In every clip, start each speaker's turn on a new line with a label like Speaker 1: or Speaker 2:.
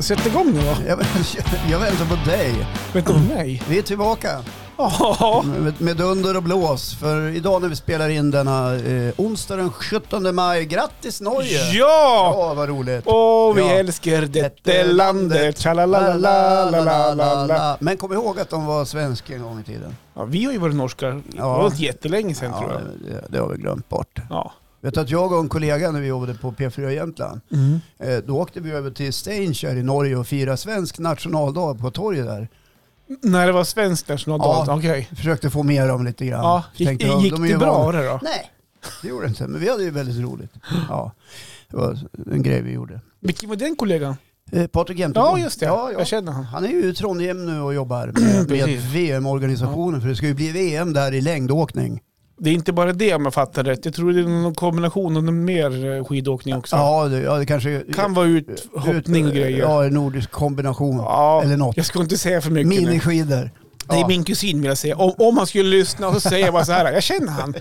Speaker 1: Sätt igång nu då.
Speaker 2: Jag, vä- jag väntar på dig.
Speaker 1: Vet du om
Speaker 2: Mm.
Speaker 1: mig?
Speaker 2: Vi är tillbaka
Speaker 1: Ja.
Speaker 2: med, med dunder och blås. För idag när vi spelar in denna eh, onsdag den 17 maj. Grattis Norge!
Speaker 1: Ja!
Speaker 2: Ja, vad roligt.
Speaker 1: Åh, vi
Speaker 2: Ja.
Speaker 1: älskar detta landet. Tjalalalalalalalala.
Speaker 2: Men kom ihåg att de var svenska en gång i tiden.
Speaker 1: Ja, vi har ju varit norska. Det
Speaker 2: Ja.
Speaker 1: var jättelänge sedan tror
Speaker 2: Ja,
Speaker 1: jag.
Speaker 2: det, det har vi glömt bort.
Speaker 1: Ja.
Speaker 2: Vet du att jag och en kollega när vi jobbade på P4 Jämtland,
Speaker 1: Mm.
Speaker 2: eh, då åkte vi över till Steinkjer i Norge och firade svensk nationaldag på torget där.
Speaker 1: När det var svensk nationaldag.
Speaker 2: Ja.
Speaker 1: Okej.
Speaker 2: Försökte få med dem lite grann.
Speaker 1: Ja. Gick,
Speaker 2: Tänkte, ja,
Speaker 1: gick
Speaker 2: de är ju
Speaker 1: det bra
Speaker 2: vana.
Speaker 1: det då?
Speaker 2: Nej, det gjorde det inte. Men vi hade ju väldigt roligt. Ja, det var en grej vi gjorde.
Speaker 1: Vilken var den kollegan?
Speaker 2: Eh, Patrik Jämteborg.
Speaker 1: Ja, just det.
Speaker 2: Ja, ja.
Speaker 1: Jag känner honom.
Speaker 2: Han är ju i Trondheim nu och jobbar med, med
Speaker 1: Precis.
Speaker 2: VM-organisationen. För det ska ju bli VM där i längdåkning.
Speaker 1: Det är inte bara det om jag fattar rätt. Jag tror det är någon kombination av någon mer eh, skidåkning också.
Speaker 2: Ja, det, ja, det kanske...
Speaker 1: Kan vara uthoppning och grejer.
Speaker 2: Ja, en nordisk kombination.
Speaker 1: Ja,
Speaker 2: Eller något.
Speaker 1: Jag ska inte säga för mycket nu.
Speaker 2: Miniskidor.
Speaker 1: Det är
Speaker 2: Ja.
Speaker 1: min kusin vill jag säga. Om, om han skulle lyssna så säger jag bara så här, jag känner han.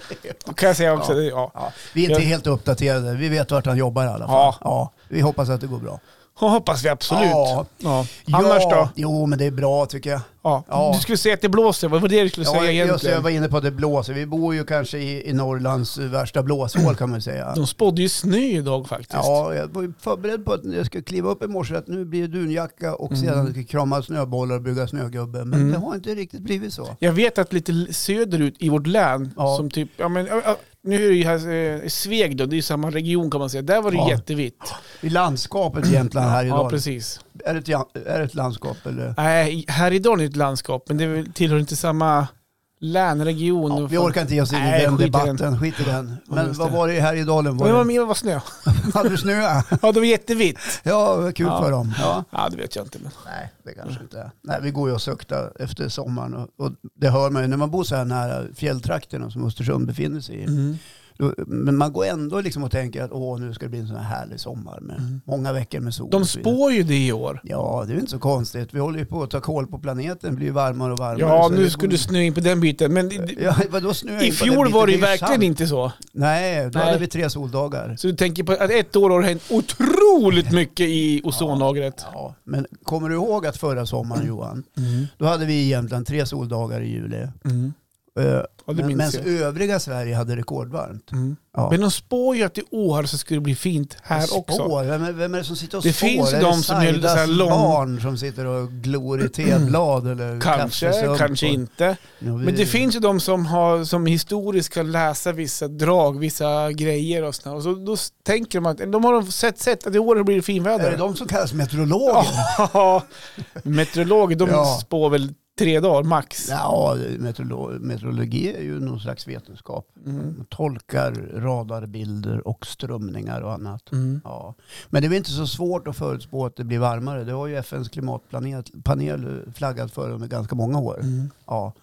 Speaker 1: Då kan jag säga också.
Speaker 2: Ja.
Speaker 1: det- Ja.
Speaker 2: Ja, vi är inte
Speaker 1: Jag-
Speaker 2: helt uppdaterade. Vi vet vart han jobbar i alla fall.
Speaker 1: Ja.
Speaker 2: Ja, vi hoppas att det går bra.
Speaker 1: Då hoppas vi absolut.
Speaker 2: Ja.
Speaker 1: Ja. Annars
Speaker 2: ja,
Speaker 1: då?
Speaker 2: Jo, men det är bra tycker jag.
Speaker 1: Ja.
Speaker 2: Ja.
Speaker 1: Du skulle säga att det blåser, vad var det du skulle säga
Speaker 2: Ja, just det, jag
Speaker 1: egentligen?
Speaker 2: var inne på att det blåser. Vi bor ju kanske i, i Norrlands värsta blåshål kan man säga.
Speaker 1: De spådde ju snö idag faktiskt.
Speaker 2: Ja, jag var ju förberedd på att när jag skulle kliva upp i morse att nu blir det dunjacka och
Speaker 1: Mm.
Speaker 2: sedan ska jag krama snöbollar och bygga snögubbe. Men
Speaker 1: Mm.
Speaker 2: det har inte riktigt blivit så.
Speaker 1: Jag vet att lite l- söderut i vårt län,
Speaker 2: Ja.
Speaker 1: som typ, ja, men, ja, ja, nu är det ju här, eh, Sveg då, det är ju samma region kan man säga. Där var det
Speaker 2: Ja.
Speaker 1: jättevitt.
Speaker 2: I landskapet i Jämtland här
Speaker 1: Ja,
Speaker 2: idag.
Speaker 1: precis.
Speaker 2: är, det ett, ja- är det ett landskap eller?
Speaker 1: Nej, här idag är det ett landskap, men det är väl- tillhör inte samma län, region.
Speaker 2: Ja,
Speaker 1: och
Speaker 2: vi
Speaker 1: fan.
Speaker 2: orkar inte ge oss in i
Speaker 1: Nej,
Speaker 2: den
Speaker 1: skit i den.
Speaker 2: debatten. Skit i den.
Speaker 1: Ja,
Speaker 2: Men
Speaker 1: just
Speaker 2: vad
Speaker 1: det.
Speaker 2: var det här i Dalen?
Speaker 1: Men det var
Speaker 2: Var
Speaker 1: mer vad snö.
Speaker 2: det? Hade du snö?
Speaker 1: Ja, det var jättevitt.
Speaker 2: Ja, vad kul
Speaker 1: Ja.
Speaker 2: för dem. Ja.
Speaker 1: Ja, det vet jag inte. Men.
Speaker 2: Nej, det kanske inte är. Nej, vi går ju och suktar efter sommaren och, och det hör man ju när man bor så här nära fjälltrakterna som Östersund befinner sig i.
Speaker 1: Mm.
Speaker 2: Då, men man går ändå liksom och tänker att åh, nu ska det bli en sån här härlig sommar med
Speaker 1: Mm.
Speaker 2: många veckor med sol.
Speaker 1: De
Speaker 2: och så vidare."
Speaker 1: spår ju det i år.
Speaker 2: Ja, det är ju inte så konstigt. Vi håller ju på att ta koll på planeten, blir ju varmare och varmare.
Speaker 1: Ja,
Speaker 2: så
Speaker 1: nu
Speaker 2: det-
Speaker 1: skulle du snö in på den biten. Men det- det-
Speaker 2: Ja, vadå snö?
Speaker 1: i fjol var det ju verkligen
Speaker 2: inte...
Speaker 1: inte så.
Speaker 2: Nej, då
Speaker 1: Nej.
Speaker 2: hade vi tre soldagar.
Speaker 1: Så du tänker på att ett år har det hänt
Speaker 2: Mm.
Speaker 1: otroligt mycket i ozonlagret.
Speaker 2: Ja, men kommer du ihåg att förra sommaren Johan, då hade vi i Jämtland tre soldagar i juli.
Speaker 1: Mm.
Speaker 2: Eh,
Speaker 1: Ja, det
Speaker 2: men,
Speaker 1: minns
Speaker 2: medan
Speaker 1: jag.
Speaker 2: övriga Sverige hade rekordvarmt.
Speaker 1: Mm.
Speaker 2: Ja.
Speaker 1: Men de spår ju att i år så skulle det bli fint här
Speaker 2: spår.
Speaker 1: också.
Speaker 2: Vem är, vem är det som sitter och
Speaker 1: Det
Speaker 2: spår?
Speaker 1: finns
Speaker 2: är
Speaker 1: de som gör lite så här
Speaker 2: Saidas
Speaker 1: lång-
Speaker 2: barn som sitter och glor i teblad eller
Speaker 1: Kanske,
Speaker 2: kaffesump
Speaker 1: kanske
Speaker 2: och-
Speaker 1: inte.
Speaker 2: Ja, vi-
Speaker 1: Men det finns ju de som, har, som historiskt ska läsa vissa drag, vissa grejer och sådär. Och så, då s- tänker de att de har sett, sett att i år blir det
Speaker 2: Är det
Speaker 1: finväder.
Speaker 2: de som kallas meteorologer?
Speaker 1: Ja, meteorologer de
Speaker 2: Ja.
Speaker 1: spår väl tre dagar max.
Speaker 2: Ja, meteorolo- meteorologi är ju någon slags vetenskap.
Speaker 1: Mm.
Speaker 2: De tolkar radarbilder och strömningar och annat.
Speaker 1: Mm.
Speaker 2: Ja. Men det är väl inte så svårt att förutspå att det blir varmare. Det har ju FNs klimatpanel flaggat för under ganska många år.
Speaker 1: Mm.
Speaker 2: Ja.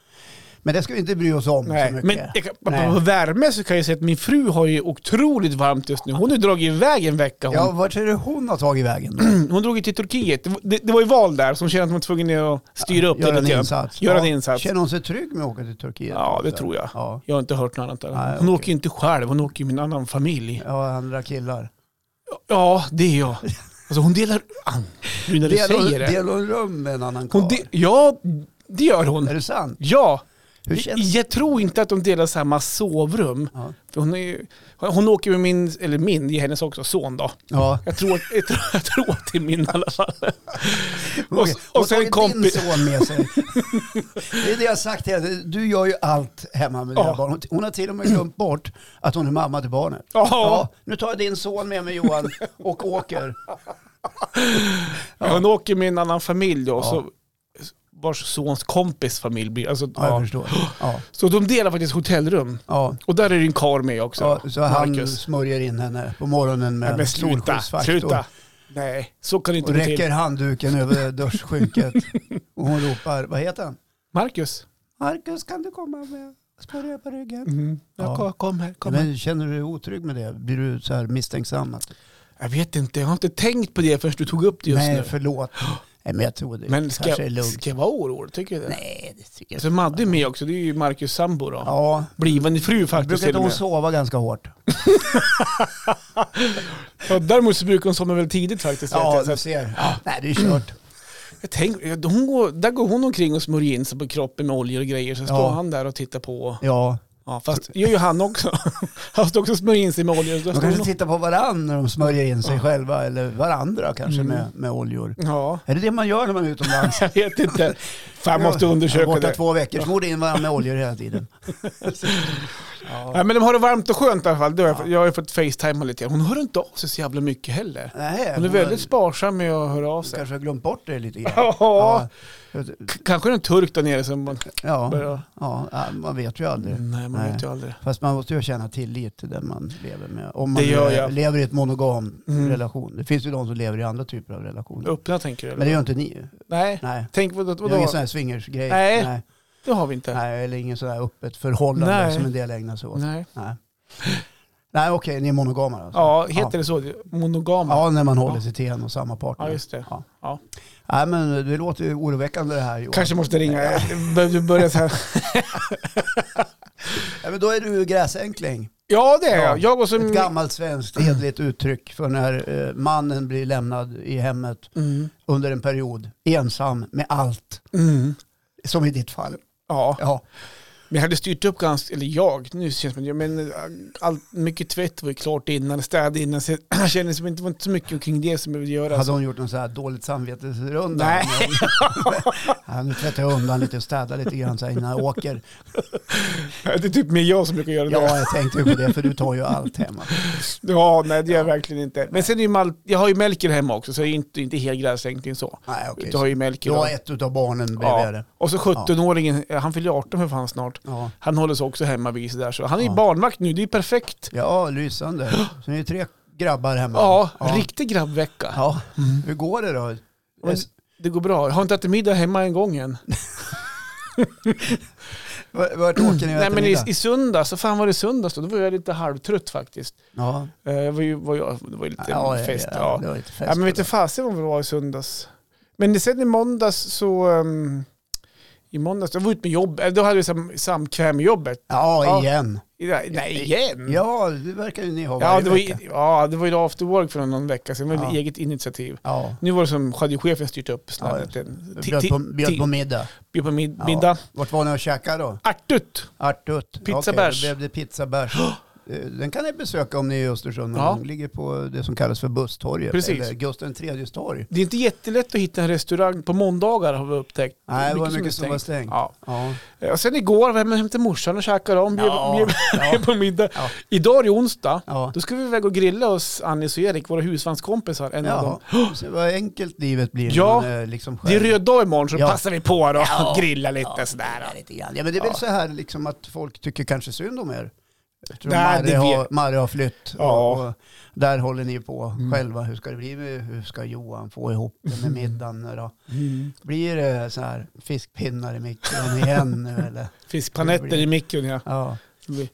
Speaker 2: Men det ska vi inte bry oss om
Speaker 1: Nej,
Speaker 2: så mycket.
Speaker 1: men jag kan,
Speaker 2: Nej.
Speaker 1: på värme så kan jag säga att min fru har ju otroligt varmt just nu. Hon har ju dragit iväg en vecka. Hon,
Speaker 2: Ja, vart är det hon har tagit vägen? då?
Speaker 1: hon drog ju till Turkiet. Det, var- det, det var ju val där som kände att man var tvungen att styra upp
Speaker 2: Göra
Speaker 1: det
Speaker 2: en
Speaker 1: lite grann.
Speaker 2: insats.
Speaker 1: Göra
Speaker 2: Ja.
Speaker 1: en insats.
Speaker 2: Känner hon sig trygg med att åka till Turkiet?
Speaker 1: Ja, det tror jag.
Speaker 2: Ja,
Speaker 1: Jag har inte hört något annat. Där.
Speaker 2: Nej,
Speaker 1: hon
Speaker 2: okej.
Speaker 1: åker ju inte själv, hon åker ju med en annan familj.
Speaker 2: ja andra killar.
Speaker 1: Ja, det är jag. Alltså hon delar... Ah, Nu när du
Speaker 2: Delar hon-
Speaker 1: säger det.
Speaker 2: delar hon rum med en annan karl?
Speaker 1: Hon de, ja, det gör hon.
Speaker 2: Är det sant?
Speaker 1: Ja.
Speaker 2: Hur
Speaker 1: Jag,
Speaker 2: känns
Speaker 1: jag tror inte att de delar samma sovrum.
Speaker 2: Ja.
Speaker 1: För hon, är, ju- hon åker med min, eller min, det är hennes också, son då.
Speaker 2: Ja.
Speaker 1: Jag tror, jag tror, jag tror att det är min i alla fall. Och,
Speaker 2: Hon- hon
Speaker 1: och sen
Speaker 2: har tagit din
Speaker 1: kompis...
Speaker 2: son med sig. det är det jag har sagt till henne. Du gör ju allt hemma med dina
Speaker 1: Ja.
Speaker 2: barn. Hon- Hon har till och med glömt bort att hon är mamma till barnet.
Speaker 1: Ja.
Speaker 2: Ja, nu tar jag din son med mig Johan och åker.
Speaker 1: Hon åker med en annan familj då,
Speaker 2: Ja.
Speaker 1: så, vars sons kompis familj blir... Alltså,
Speaker 2: Ja, jag
Speaker 1: ja.
Speaker 2: förstår. Ja.
Speaker 1: Så de delar faktiskt hotellrum.
Speaker 2: Ja.
Speaker 1: Och där är det en karl med också.
Speaker 2: Ja, så han
Speaker 1: Marcus.
Speaker 2: smörjer in henne på morgonen med
Speaker 1: Nej, men sluta,
Speaker 2: solskyddsfaktor.
Speaker 1: sluta. Nej, så kan det inte
Speaker 2: Och
Speaker 1: gå till.
Speaker 2: räcker handduken över duschskynket. Och hon ropar, vad heter han?
Speaker 1: Marcus.
Speaker 2: Marcus kan du komma med? Smörja på ryggen.
Speaker 1: Mm.
Speaker 2: Ja.
Speaker 1: Ja. Kom, kom här, kom här.
Speaker 2: Men känner du dig otrygg med det? Blir du så här misstänksam? Att,
Speaker 1: Jag vet inte, jag har inte tänkt på det förrän du tog upp det just
Speaker 2: nej,
Speaker 1: nu.
Speaker 2: förlåt. Nej, men jag tror det
Speaker 1: Men
Speaker 2: kanske
Speaker 1: ska,
Speaker 2: är lugnt.
Speaker 1: ska jag vara orolig? Tycker du det?
Speaker 2: Nej, det tycker jag
Speaker 1: Alltså
Speaker 2: inte.
Speaker 1: Madde är med också. Det är ju Marcus sambo då.
Speaker 2: Ja,
Speaker 1: Blivande fru faktiskt
Speaker 2: brukar
Speaker 1: till
Speaker 2: inte
Speaker 1: och
Speaker 2: hon
Speaker 1: med.
Speaker 2: sova ganska hårt?
Speaker 1: Ja, däremot så brukar hon somna väldigt tidigt faktiskt. vet
Speaker 2: Ja,
Speaker 1: jag. Ah. Så
Speaker 2: du
Speaker 1: att-
Speaker 2: ser. Nej, det är kört.
Speaker 1: Jag tänker, hon går, där går hon omkring och smörjer in sig på kroppen med oljor och grejer. Så står
Speaker 2: Ja.
Speaker 1: han där och tittar på.
Speaker 2: Ja,
Speaker 1: Ja, fast gör ju han också. Han står också och smörjer in sig med oljor. Så
Speaker 2: de
Speaker 1: står
Speaker 2: kanske
Speaker 1: hon, Ah.
Speaker 2: tittar på varandra när de smörjer in sig själva eller varandra kanske
Speaker 1: Mm.
Speaker 2: med, med oljor.
Speaker 1: ja,
Speaker 2: Är det det man gör när man är utomlands?
Speaker 1: jag vet inte. Fan, jag måste undersöka
Speaker 2: Borta
Speaker 1: det.
Speaker 2: två veckor, smorde in varandra med oljor hela tiden. ja.
Speaker 1: Nej, men de har det varmt och skönt i alla fall. Det har jag, fått- jag har ju fått facetimea lite. Hon hör inte av sig så jävla mycket heller.
Speaker 2: Nej,
Speaker 1: Hon är väldigt sparsam med att höra av sig.
Speaker 2: kanske har glömt bort det lite grann.
Speaker 1: Ja, kanske är det en turk där nere som man
Speaker 2: Ja,
Speaker 1: börjar...
Speaker 2: ja, ja, man vet ju aldrig.
Speaker 1: Nej, man
Speaker 2: Nej.
Speaker 1: vet ju aldrig.
Speaker 2: Fast man måste ju känna tillit till den man lever med. Om man
Speaker 1: Det gör jag.
Speaker 2: lever i ett monogam
Speaker 1: Mm.
Speaker 2: relation. Det finns ju de som lever i andra typer av relationer.
Speaker 1: Öppna tänker du?
Speaker 2: Mm. Men det
Speaker 1: Eller?
Speaker 2: gör inte ni.
Speaker 1: Nej.
Speaker 2: Nej.
Speaker 1: Tänk vadå?
Speaker 2: Det är ingen
Speaker 1: vadå?
Speaker 2: sån här swingersgrej.
Speaker 1: Nej.
Speaker 2: Nej.
Speaker 1: Det har vi inte.
Speaker 2: Nej, eller ingen sån här öppet förhållande
Speaker 1: Nej.
Speaker 2: som en del ägnar sig åt. Nej,
Speaker 1: Nej.
Speaker 2: Nej. Nej okej, ni är monogama alltså.
Speaker 1: Ja, heter det så? Monogama?
Speaker 2: Ja, när man håller
Speaker 1: Ja.
Speaker 2: sig till en och samma partner.
Speaker 1: Ja, just det.
Speaker 2: Ja.
Speaker 1: Ja.
Speaker 2: Nej, men det låter ju oroväckande det här Johan.
Speaker 1: Kanske måste ringa. Du börjar så här.
Speaker 2: Ja, men då är du ju gräsänkling.
Speaker 1: Ja, det är
Speaker 2: Ja.
Speaker 1: jag. Jag går som...
Speaker 2: Ett gammalt svenskt
Speaker 1: Mm.
Speaker 2: hederligt uttryck för när eh, mannen blir lämnad i hemmet
Speaker 1: Mm.
Speaker 2: under en period ensam med allt.
Speaker 1: Mm.
Speaker 2: Som i ditt fall.
Speaker 1: Ja,
Speaker 2: Ja,
Speaker 1: men jag hade styrt upp ganska, eller jag, nu känns det som att jag- men äh, allt, mycket tvätt var ju klart innan, städ innan, så jag kände som att det var inte så mycket kring det som behövde göras.
Speaker 2: hade hon gjort någon sån här dåligt samvetesrunda?
Speaker 1: Nej.
Speaker 2: ja, nu tvättar jag undan lite och städar lite grann så här innan jag åker.
Speaker 1: Det är typ mer jag som brukar göra det.
Speaker 2: Ja, jag tänkte ju på det för du tar ju allt hemma.
Speaker 1: Ja, nej det gör jag verkligen inte. Men sen är ju Mal- jag har ju Melker hemma också, så jag är inte, inte helt gräsänkling så.
Speaker 2: Nej, okej.
Speaker 1: Jag har ju Melker.
Speaker 2: Du har
Speaker 1: då.
Speaker 2: ett utav barnen bredvid
Speaker 1: Ja.
Speaker 2: dig.
Speaker 1: Och så 17-åringen, han fyller 18 för fan snart.
Speaker 2: Ja.
Speaker 1: Han håller sig också hemma vid sig där. Så han är ju
Speaker 2: Ja.
Speaker 1: barnvakt nu, det är ju perfekt.
Speaker 2: ja, lysande. Så ni är tre grabbar hemma.
Speaker 1: Ja, riktig grabbvecka.
Speaker 2: Ja. Hur går det då?
Speaker 1: Men det går bra. Jag har inte ätit middag hemma en gång än.
Speaker 2: Vart vart åker ni och
Speaker 1: Nej
Speaker 2: äter
Speaker 1: men i,
Speaker 2: middag?
Speaker 1: i söndags, så fan var det i söndags då? Då var jag lite halvtrött faktiskt.
Speaker 2: Ja,
Speaker 1: Eh, det var ju, var ju, det var ju lite
Speaker 2: ja, ja,
Speaker 1: fest. Ja,
Speaker 2: ja. det var lite fest.
Speaker 1: Ja, men vet du fasen vad det var i söndags. Men sen i måndags så... ehm, I måndags, jag var ute med jobb, eller då hade vi sam, samkväm med jobbet. Ja.
Speaker 2: ja igen.
Speaker 1: I- Nej, igen!
Speaker 2: Ja, det verkar ju ni ha
Speaker 1: ja,
Speaker 2: varje
Speaker 1: det var, ju-
Speaker 2: vecka.
Speaker 1: ja, det var ju after work för någon vecka sedan. Det var ett
Speaker 2: Ja.
Speaker 1: eget initiativ.
Speaker 2: Ja,
Speaker 1: Nu var det som hade ju chefen styrt upp sån här
Speaker 2: Ja,
Speaker 1: liten... ti- ti-
Speaker 2: bjöd på, bjöd på
Speaker 1: ti-
Speaker 2: middag.
Speaker 1: bjöd på mid,
Speaker 2: Ja.
Speaker 1: middag.
Speaker 2: Vart var ni och käkade då?
Speaker 1: Artut!
Speaker 2: Artut.
Speaker 1: Pizza
Speaker 2: Okej,
Speaker 1: bärs.
Speaker 2: Då blev det pizzabärs. Eh, Den kan ni besöka om ni är i Östersund.
Speaker 1: Ja.
Speaker 2: Ja. Den ligger på det som kallas för Busstorget.
Speaker 1: Precis.
Speaker 2: Eller Gustav IIIs torg.
Speaker 1: Det är inte jättelätt att hitta en restaurang på måndagar har vi upptäckt.
Speaker 2: Nej, det var mycket som var
Speaker 1: stängt.
Speaker 2: stängt.
Speaker 1: Ja. Eh,
Speaker 2: Ja.
Speaker 1: Och sen igår var jag hemma hos morsan och käkade om, bjöd
Speaker 2: Ja,
Speaker 1: bjöd-
Speaker 2: ja.
Speaker 1: på middag.
Speaker 2: Ja.
Speaker 1: Idag är det onsdag.
Speaker 2: Ja.
Speaker 1: Då ska vi iväg och grilla oss, Annis och Erik, våra husvagnskompisar. En av
Speaker 2: Jaha.
Speaker 1: dem.
Speaker 2: Så vad enkelt livet blir
Speaker 1: Ja.
Speaker 2: när man är liksom
Speaker 1: Det är
Speaker 2: själv.
Speaker 1: röd dag imorgon så
Speaker 2: Ja.
Speaker 1: passar vi på då
Speaker 2: Ja.
Speaker 1: och grilla lite
Speaker 2: Ja,
Speaker 1: sådär.
Speaker 2: lite grann. Ja, men det är väl
Speaker 1: Ja.
Speaker 2: så här liksom att folk tycker kanske synd om er. Jag tror
Speaker 1: Nej,
Speaker 2: Marre,
Speaker 1: det
Speaker 2: har,
Speaker 1: vet-
Speaker 2: Marre har flytt
Speaker 1: Ja. Mm.
Speaker 2: och, och där håller ni på själva. Hur ska det bli med, hur ska Johan få ihop det med middagen nu då? Blir det så här fiskpinnar i mikron igen nu eller?
Speaker 1: Fiskpanetter i mikron ja.
Speaker 2: Ja.
Speaker 1: Mm.
Speaker 2: Nej,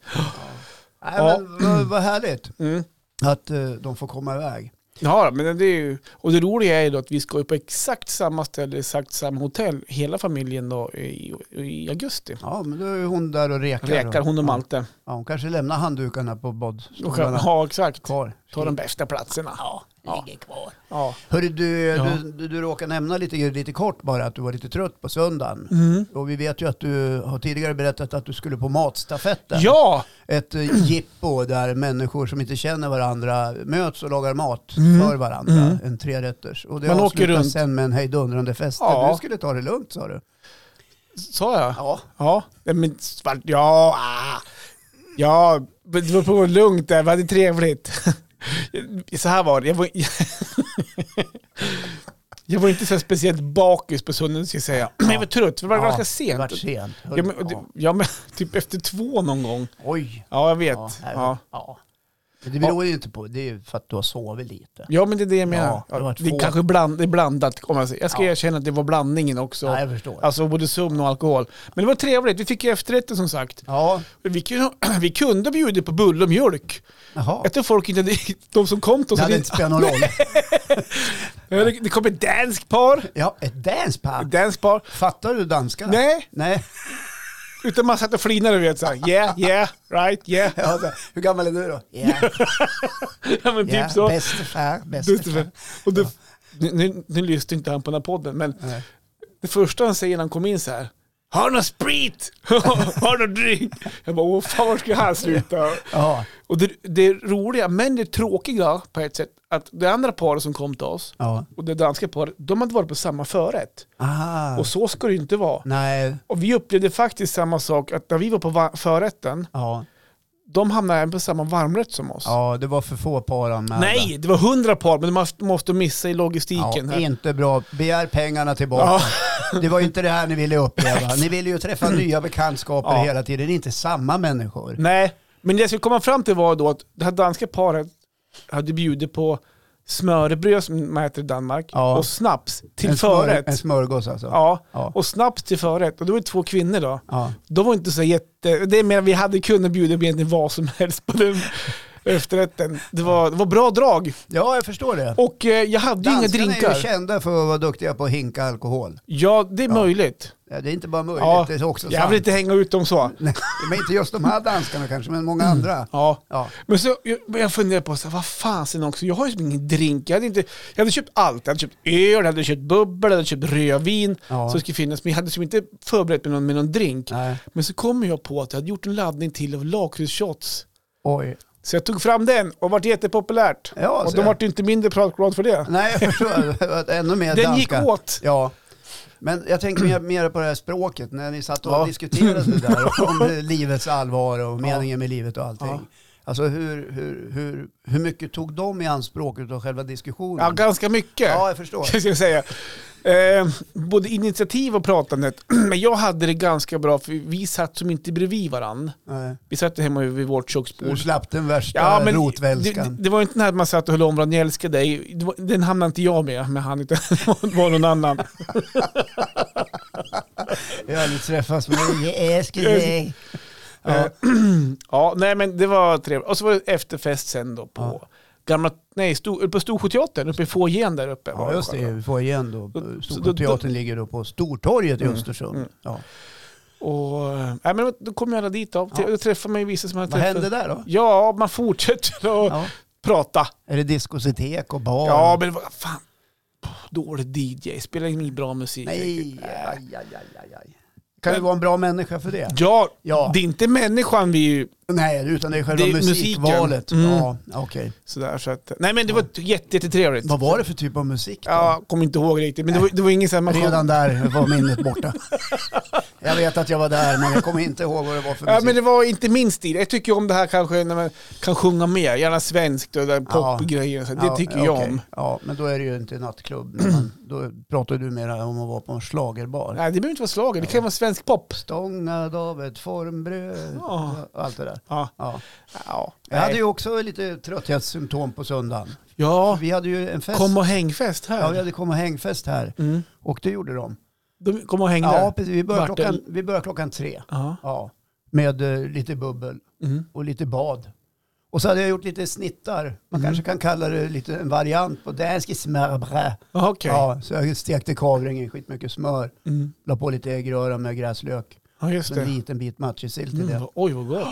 Speaker 1: Ja.
Speaker 2: men vad, vad härligt
Speaker 1: Mm.
Speaker 2: att eh, de får komma iväg.
Speaker 1: Ja, men det är ju, och det roliga är ju då att vi ska ju på exakt samma ställe, exakt samma hotell, hela familjen då i, i augusti.
Speaker 2: Ja, men då är ju hon där och rekar. då.
Speaker 1: Räkar hon och Malte.
Speaker 2: Ja, hon kanske lämnar handdukarna på
Speaker 1: Och
Speaker 2: badstolarna
Speaker 1: själv- Ja, exakt.
Speaker 2: kvar.
Speaker 1: Ta de bästa platserna. Ja.
Speaker 2: Mm. ligger kvar.
Speaker 1: ja.
Speaker 2: Hörru, du,
Speaker 1: Ja.
Speaker 2: du, du, du råkar nämna lite, lite kort bara att du var lite trött på söndagen.
Speaker 1: Mm.
Speaker 2: Och vi vet ju att du har tidigare berättat att du skulle på matstafetten.
Speaker 1: Ja!
Speaker 2: Ett eh, jippo där människor som inte känner varandra möts och lagar mat
Speaker 1: Mm.
Speaker 2: för varandra.
Speaker 1: Mm.
Speaker 2: En trerätters. Och det
Speaker 1: Man åker
Speaker 2: avslutas
Speaker 1: runt.
Speaker 2: sen med en hejdundrande fest.
Speaker 1: Ja.
Speaker 2: Du skulle ta det lugnt sa du.
Speaker 1: Sa jag?
Speaker 2: Ja.
Speaker 1: Ja, nej, men svart, ja, ah. ja, men det var på lugnt där, vi hade trevligt. Så här var det, jag var, jag var inte så speciellt bakis på söndagen ska jag säga. Men jag var trött, för det var
Speaker 2: Ja,
Speaker 1: ganska
Speaker 2: Det vart
Speaker 1: sent.
Speaker 2: sent.
Speaker 1: Ja men, och det- ja, men typ efter två någon gång.
Speaker 2: Oj.
Speaker 1: Ja, jag vet.
Speaker 2: Ja, nej,
Speaker 1: Ja.
Speaker 2: ja. Men Det beror ju inte på, det är ju för att du har sovit lite.
Speaker 1: Ja, men det är det jag menar.
Speaker 2: Ja, det har
Speaker 1: Ja,
Speaker 2: varit
Speaker 1: det är
Speaker 2: få.
Speaker 1: kanske bland, det är blandat. Om jag, säger. jag ska
Speaker 2: Ja.
Speaker 1: erkänna att det var blandningen också.
Speaker 2: Ja, jag förstår.
Speaker 1: Alltså både sömn och alkohol. Men det var trevligt. Vi fick ju efterrätten som sagt.
Speaker 2: Ja,
Speaker 1: Vi, kun- vi kunde bjuda på bulle och mjölk.
Speaker 2: jaha.
Speaker 1: Jag tror folk inte... De som kom till oss...
Speaker 2: Det hade inte spelat någon roll.
Speaker 1: Ja, det- Det kom ett danskt par.
Speaker 2: Ja, ett dancepar.
Speaker 1: Danskt par.
Speaker 2: Fattar du danska?
Speaker 1: Nej,
Speaker 2: Nej.
Speaker 1: utan man satt och flinade du vet såhär. Yeah, yeah, right, yeah.
Speaker 2: Ja, så, hur gammal är du då? Ja,
Speaker 1: Ja men
Speaker 2: ja,
Speaker 1: typ så.
Speaker 2: bäste far, bäste
Speaker 1: Just det.
Speaker 2: far.
Speaker 1: Och det, nu, nu, nu lyssnar inte han på den här podden, men
Speaker 2: Nej.
Speaker 1: det första han säger när han kom in så här. Har du någon sprit? Har du någon drink? Jag bara, åh fan var ska han sluta?
Speaker 2: Ja,
Speaker 1: Och det, det roliga, men det tråkiga på ett sätt, att det andra paret som kom till oss,
Speaker 2: ja.
Speaker 1: och det danska paret, de hade varit på samma förrätt.
Speaker 2: Aha.
Speaker 1: Och så ska det ju inte vara.
Speaker 2: Ah, Nej,
Speaker 1: Och vi upplevde faktiskt samma sak, att när vi var på va- förrätten,
Speaker 2: ja.
Speaker 1: de hamnade även på samma varmrätt som oss.
Speaker 2: ja, det var för få par anmälda.
Speaker 1: Nej, det var hundra par, men man måste missa i logistiken.
Speaker 2: Ja,
Speaker 1: här.
Speaker 2: inte bra. Begär pengarna tillbaka. Det var ju inte det här ni ville uppleva. Ni ville ju träffa nya bekantskaper
Speaker 1: Ja.
Speaker 2: hela tiden, inte samma människor.
Speaker 1: Nej, men det jag skulle komma fram till var då att det här danska paret hade bjudit på smörbröd som man äter i Danmark
Speaker 2: Ja.
Speaker 1: och snaps till
Speaker 2: en, smör-
Speaker 1: förrätt.
Speaker 2: en smörgås alltså.
Speaker 1: ja.
Speaker 2: Ja.
Speaker 1: och snaps till förrätt. Och det var ju två kvinnor då.
Speaker 2: Ja.
Speaker 1: De var inte så jätte... Det är mer vi hade kunnat bjuda på egentligen vad som helst på den efterrätten. Det var, det var bra drag.
Speaker 2: ja, jag förstår det.
Speaker 1: Och eh, jag hade ju inga
Speaker 2: Danskarna är ju
Speaker 1: drinkar.
Speaker 2: kända för att vara duktiga på att hinka alkohol.
Speaker 1: Ja, det är möjligt.
Speaker 2: Ja, det är inte bara möjligt,
Speaker 1: Ja.
Speaker 2: det är också
Speaker 1: Jag vill
Speaker 2: sant.
Speaker 1: inte hänga ut dem så.
Speaker 2: Nej, men inte just de här danskarna kanske, men många andra.
Speaker 1: Ja.
Speaker 2: Ja.
Speaker 1: Men så, jag, men jag funderar på, så här, vad fan sen också, jag har ju som ingen drink. Jag hade, inte, jag hade köpt allt. Jag hade köpt öl, jag hade köpt bubbel, jag hade köpt rödvin.
Speaker 2: Ja.
Speaker 1: Så det skulle finnas. Men jag hade som inte förberett mig någon, med någon drink.
Speaker 2: Nej.
Speaker 1: Men så kom jag på att jag hade gjort en laddning till av lakritsshots.
Speaker 2: Oj.
Speaker 1: Så jag tog fram den och vart jättepopulärt.
Speaker 2: Ja,
Speaker 1: och
Speaker 2: så
Speaker 1: de
Speaker 2: jag-
Speaker 1: vart ju inte mindre pratglada för det.
Speaker 2: Nej, jag förstår. Att Ännu mer
Speaker 1: Den gick
Speaker 2: danska.
Speaker 1: åt.
Speaker 2: Ja. Men jag tänkte mer, mer på det här språket, när ni satt och
Speaker 1: Ja.
Speaker 2: diskuterade det där om eh, livets allvar och meningen med livet och allting.
Speaker 1: Ja.
Speaker 2: Alltså hur, hur, hur, hur mycket tog de i anspråk av själva diskussionen?
Speaker 1: Ja, ganska mycket.
Speaker 2: Ja, jag förstår.
Speaker 1: ska jag säga. Eh, både initiativ och pratandet. Men jag hade det ganska bra för vi satt som inte bredvid varann.
Speaker 2: Nej.
Speaker 1: Vi satt hemma vid vårt
Speaker 2: Du
Speaker 1: köksbord.
Speaker 2: slapp den värsta
Speaker 1: Ja, men det,
Speaker 2: rotvälskan.
Speaker 1: det, det var ju inte när man satt och höll om varandra, jag älskar dig. Det var, den hamnade inte jag med, med han, utan det var någon annan.
Speaker 2: Jag har aldrig träffats med dig. Jag älskar dig.
Speaker 1: Ja.
Speaker 2: Ja.
Speaker 1: ja, nej men det var trevligt. Och så var det efterfest sen då på gamla, nej, stor, på Storteatern, uppe i foajén där uppe. var
Speaker 2: Ja, just det. Vi får igen då.
Speaker 1: Så- så då-
Speaker 2: Storteatern ligger då på Stortorget i
Speaker 1: Mm,
Speaker 2: Östersund.
Speaker 1: mm.
Speaker 2: Ja.
Speaker 1: Och, eh, nej, men då kom jag alla dit då.
Speaker 2: Ja.
Speaker 1: Då träffade man ju vissa som jag
Speaker 2: Vad
Speaker 1: träffat.
Speaker 2: hände där då?
Speaker 1: Ja, man fortsätter att
Speaker 2: Ja.
Speaker 1: prata.
Speaker 2: Är det diskotek och bar?
Speaker 1: Ja, men vad fan. Dålig DJ, spelar ingen bra musik.
Speaker 2: Nej, aj, aj, aj, aj, aj. Kan ju vara en bra människa för det.
Speaker 1: Ja,
Speaker 2: Ja.
Speaker 1: det är inte människan vi
Speaker 2: Nej, utan det är själva
Speaker 1: Det är musiken.
Speaker 2: musikvalet.
Speaker 1: Mm.
Speaker 2: Ja, okej.
Speaker 1: sådär så att, Nej men det var jätte, jättetrevligt.
Speaker 2: Vad var det för typ av musik då?
Speaker 1: Ja, kom inte ihåg riktigt. Men det var, det var ingen sån här man
Speaker 2: Redan där var minnet borta. jag vet att jag var där, men jag kommer inte ihåg vad det var för
Speaker 1: Ja,
Speaker 2: musik.
Speaker 1: men det var inte min stil. Jag tycker om det här kanske när man kan sjunga mer, gärna svenskt och där popgrejer. så Det
Speaker 2: Ja,
Speaker 1: tycker jag
Speaker 2: okej.
Speaker 1: om.
Speaker 2: Ja, men då är det ju inte nattklubb. när man- Då pratar du mer om att vara på en schlagerbar.
Speaker 1: Nej, det behöver inte vara slaget, det kan vara svensk pop.
Speaker 2: Stångad av ett formbröd
Speaker 1: Ja.
Speaker 2: och allt det där.
Speaker 1: Ja,
Speaker 2: Ja.
Speaker 1: ja,
Speaker 2: Jag hade
Speaker 1: nej.
Speaker 2: ju också lite trötthetssymptom på söndagen.
Speaker 1: ja
Speaker 2: Vi hade ju en fest.
Speaker 1: kom och hängfest
Speaker 2: Ja, vi
Speaker 1: här.
Speaker 2: hade kom och hängfest här.
Speaker 1: Mm.
Speaker 2: Och det gjorde de.
Speaker 1: De kom och hängde.
Speaker 2: Ja, precis. Vi började,
Speaker 1: Vart
Speaker 2: klockan, vi började klockan tre.
Speaker 1: Ja.
Speaker 2: Ja. Med eh, lite bubbel
Speaker 1: Mm.
Speaker 2: och lite bad. Och så hade jag gjort lite snittar. Man
Speaker 1: Mm.
Speaker 2: kanske kan kalla det lite en variant på dansk smörbröd.
Speaker 1: Ja, Okej.
Speaker 2: Ja, så jag stekte kavringen, skitmycket smör.
Speaker 1: Mm.
Speaker 2: La på lite äggröra med gräslök.
Speaker 1: Ja, just
Speaker 2: Så en
Speaker 1: det.
Speaker 2: liten bit matjessill till
Speaker 1: Mm,
Speaker 2: det.
Speaker 1: vad- oj, vad gott.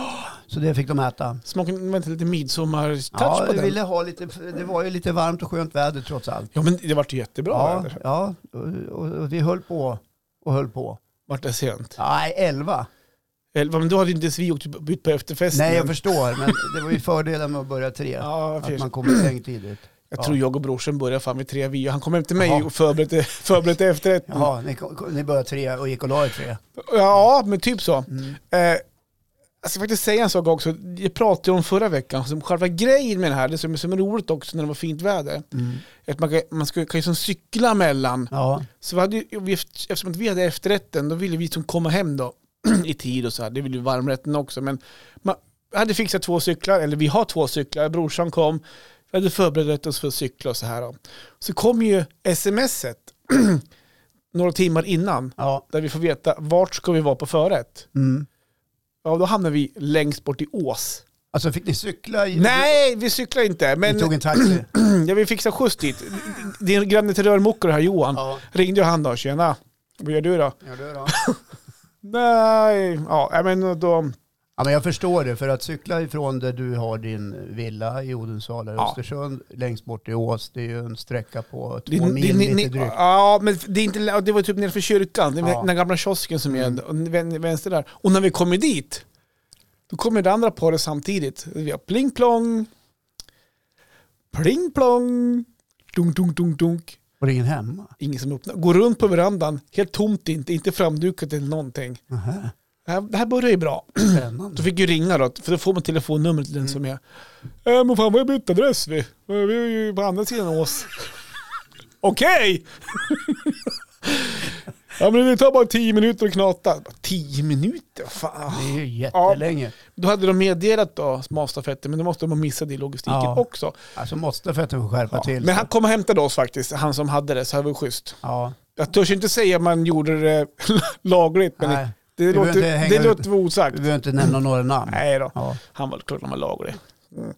Speaker 2: Så det fick de äta.
Speaker 1: Smaken, vänta lite midsommar-touch
Speaker 2: Ja,
Speaker 1: på
Speaker 2: vi
Speaker 1: den.
Speaker 2: ville ha lite, det var ju lite varmt och skönt väder trots allt.
Speaker 1: Ja, men det vart ju jättebra
Speaker 2: Ja,
Speaker 1: väder.
Speaker 2: ja och, och, och vi höll på och höll på.
Speaker 1: Vart det sent?
Speaker 2: Nej, elva.
Speaker 1: Elva, men då hade inte ens vi åkt ut på efterfesten.
Speaker 2: Nej, jag förstår. Men det var ju fördelen med att börja tre.
Speaker 1: Ja, jag
Speaker 2: att
Speaker 1: förstår.
Speaker 2: man kommer sänkt tidigt.
Speaker 1: Jag
Speaker 2: Ja.
Speaker 1: tror jag och brorsan började fan vid tre vi och han kom hem till mig
Speaker 2: Jaha.
Speaker 1: och förberedde, förberedde efterrätten. Ja.
Speaker 2: Jaha, ni, kom- ni började tre och gick och la er tre.
Speaker 1: men typ så.
Speaker 2: Mm.
Speaker 1: Eh, jag ska faktiskt säga en sak också. Jag pratade om förra veckan, som själva grejen med det här, det som är, som är roligt också när det var fint väder,
Speaker 2: Mm.
Speaker 1: är att man, kan- man ska, kan ju som cykla mellan.
Speaker 2: Ja,
Speaker 1: Så vi hade, ju- vi, eftersom att vi hade efterrätten, då ville vi som komma hem då i tid och så här. Det ville ju varmrätten också, men man, jag hade fixat två cyklar, eller vi har två cyklar, brorsan kom, vi hade förberett oss för cyklar och så här. då. Så kom ju smset några timmar innan,
Speaker 2: Ja.
Speaker 1: där vi får veta vart ska vi vara på förrätt.
Speaker 2: Mm.
Speaker 1: Ja, då hamnar vi längst bort i Ås.
Speaker 2: Alltså fick ni cykla? I,
Speaker 1: Nej, vi cyklar inte,
Speaker 2: Ni
Speaker 1: men
Speaker 2: tog en taxi?
Speaker 1: jag vill fixa skjuts dit. Din granne till rörmokare här, Johan,
Speaker 2: ja.
Speaker 1: ringde ju han då, tjena, vad gör du då?
Speaker 2: Ja, det då.
Speaker 1: Nej, ja, nej, men då,
Speaker 2: ja, men jag förstår det. För att cykla ifrån där du har din villa i Odensala i
Speaker 1: Ja.
Speaker 2: Östersund längst bort i Ås, det är ju en sträcka på två
Speaker 1: Det, är-
Speaker 2: mil
Speaker 1: det, är-
Speaker 2: lite
Speaker 1: ni-
Speaker 2: drygt.
Speaker 1: Ja, men det, är inte, ja, det var typ nedanför kyrkan, den,
Speaker 2: Ja.
Speaker 1: den gamla kiosken som är mm. vänster där. Och när vi kommer dit, då kommer det andra paret samtidigt. Vi har pling plong, pling plong, dunk dunk dunk dunk.
Speaker 2: Var det ingen hemma?
Speaker 1: Ingen som öppnar. Går runt på verandan, helt tomt inte, inte framdukat eller någonting.
Speaker 2: Nähä.
Speaker 1: Det här, det här börjar ju bra. Då
Speaker 2: Spännande.
Speaker 1: fick ju ringa då, för då får man telefonnumret till den som
Speaker 2: Mm.
Speaker 1: är. Äh, men fan vad jag bytt adress vi. Vi är ju på andra sidan Ås. Okej! ja men det tar bara tio minuter att knata. Bara, Tio minuter? Vad Fan.
Speaker 2: Det är ju jättelänge.
Speaker 1: Då hade de meddelat då smalstafetten, men då måste de ha missat det i logistiken
Speaker 2: Ja.
Speaker 1: också.
Speaker 2: Alltså måste för att du får skärpa
Speaker 1: Ja.
Speaker 2: till
Speaker 1: Men han kom och hämtade oss faktiskt, han som hade det, så det var schysst.
Speaker 2: Ja.
Speaker 1: Jag törs inte säga att man gjorde det lagligt, men
Speaker 2: Nej.
Speaker 1: det,
Speaker 2: Vi behöver
Speaker 1: låter,
Speaker 2: inte hänga
Speaker 1: det
Speaker 2: ut-
Speaker 1: låter vara
Speaker 2: Vi
Speaker 1: osagt.
Speaker 2: behöver inte nämna några namn.
Speaker 1: Nej då.
Speaker 2: Ja.
Speaker 1: Han var klart han var laglig. Mm.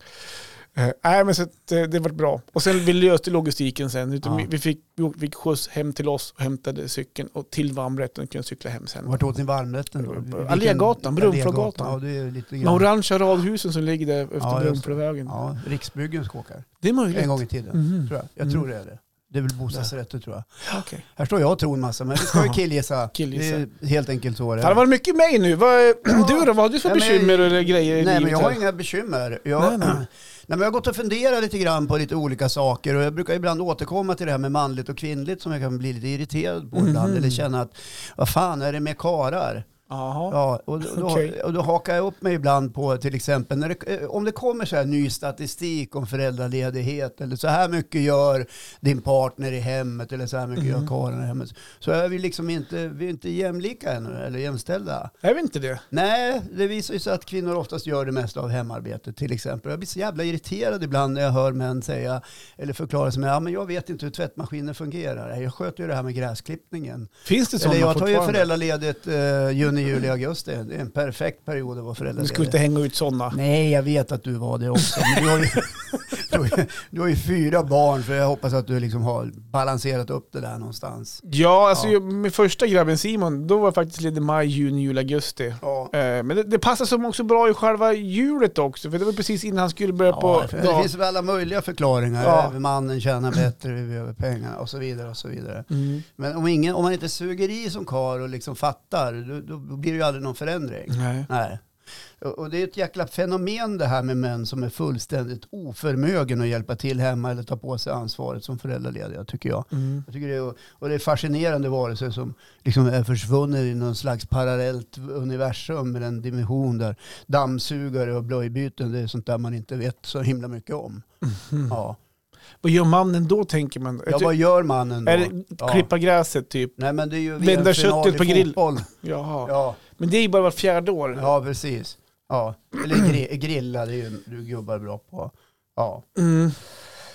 Speaker 1: Eh, nej men så att, eh, det var bra. Och sen vi löste logistiken sen. Utan
Speaker 2: Ja.
Speaker 1: vi, vi, fick, vi fick skjuts hem till oss och hämtade cykeln och till varmrätten och kunde cykla hem sen.
Speaker 2: Vart åt ni varmrätten då? Vilken-
Speaker 1: Allégatan, Brunflogatan.
Speaker 2: Ja, det är lite
Speaker 1: De
Speaker 2: grann.
Speaker 1: orangea radhusen som ligger där efter
Speaker 2: Ja, just det.
Speaker 1: Brunflovägen.
Speaker 2: Ja, Riksbyggen skåkar.
Speaker 1: Det är möjligt.
Speaker 2: En gång i tiden,
Speaker 1: Mhm.
Speaker 2: tror jag. Jag
Speaker 1: Mm.
Speaker 2: tror det är det. Det är väl bostadsrätter tror jag.
Speaker 1: Okej.
Speaker 2: Här står jag och tror en massa, men vi ska ju killgissa.
Speaker 1: Killgissa.
Speaker 2: Det är helt enkelt så det
Speaker 1: Det har varit mycket mig nu. Vad, Du då, vad har du för
Speaker 2: Nej, men-
Speaker 1: bekymmer eller grejer i
Speaker 2: Nej, men
Speaker 1: livet
Speaker 2: jag har
Speaker 1: här?
Speaker 2: inga bekymmer. Jag,
Speaker 1: Nej,
Speaker 2: nej,
Speaker 1: nej.
Speaker 2: men jag har gått och funderat lite grann på lite olika saker och jag brukar ibland återkomma till det här med manligt och kvinnligt som jag kan bli lite irriterad på ibland
Speaker 1: Mhm.
Speaker 2: eller känna att vad fan är det med karar?
Speaker 1: Jaha.
Speaker 2: Ja, och, då, då-
Speaker 1: Okej.
Speaker 2: och då hakar jag upp mig ibland på till exempel när det, eh, om det kommer så här ny statistik om föräldraledighet eller så här mycket gör din partner i hemmet eller så här mycket gör karlen i hemmet. Så är vi liksom inte, vi är inte jämlika ännu eller jämställda.
Speaker 1: Är vi inte det?
Speaker 2: Nej, det visar ju sig att kvinnor oftast gör det mesta av hemarbetet till exempel. Jag blir så jävla irriterad ibland när jag hör män säga eller förklara som ja men jag vet inte hur tvättmaskinen fungerar. Jag sköter ju det här med gräsklippningen.
Speaker 1: Finns det sådana
Speaker 2: Eller jag tar ju
Speaker 1: fortfarande?
Speaker 2: föräldraledigt eh, juni, juli, augusti. Det är en perfekt period att vara
Speaker 1: Du skulle
Speaker 2: föräldraledig.
Speaker 1: inte hänga ut sådana.
Speaker 2: Nej, jag vet att du var det också. Men du, har ju, du, har ju, du har ju fyra barn, så jag hoppas att du liksom har balanserat upp det där någonstans.
Speaker 1: Ja, alltså
Speaker 2: Ja.
Speaker 1: jag- min första grabben Simon, då var jag faktiskt ledig maj, juni, juli, augusti.
Speaker 2: Ja.
Speaker 1: Eh, Men det, det passar som också bra i själva hjulet också, för det var precis innan han skulle börja på...
Speaker 2: Ja, för det
Speaker 1: Ja.
Speaker 2: finns väl alla möjliga förklaringar.
Speaker 1: Ja.
Speaker 2: Mannen tjänar bättre, vi behöver pengarna och så vidare. Och så vidare.
Speaker 1: Mm.
Speaker 2: Men om, ingen, om man inte suger i som kar och liksom fattar, då, då blir det ju aldrig någon förändring.
Speaker 1: Nej.
Speaker 2: Nej. Och och det är ett jäkla fenomen det här med män som är fullständigt oförmögen att hjälpa till hemma eller ta på sig ansvaret som föräldralediga tycker jag.
Speaker 1: Mm.
Speaker 2: Jag tycker det är, och det är fascinerande varelser som liksom är försvunnen i någon slags parallellt universum med en dimension där dammsugare och blöjbyten det är sånt där man inte vet så himla mycket om.
Speaker 1: Mhm.
Speaker 2: Ja.
Speaker 1: Vad gör mannen då tänker man?
Speaker 2: ja, vad gör mannen då?
Speaker 1: är det
Speaker 2: Ja.
Speaker 1: klippa gräset typ?
Speaker 2: Nej men det är ju
Speaker 1: Vända
Speaker 2: VM-final
Speaker 1: köttet
Speaker 2: i
Speaker 1: på grill.
Speaker 2: fotboll.
Speaker 1: Jaha.
Speaker 2: Ja,
Speaker 1: Men det är ju bara vart fjärde år.
Speaker 2: ja precis. Ja. Eller gri- grilla, det är ju du gubbar bra på. Ja.
Speaker 1: Mm.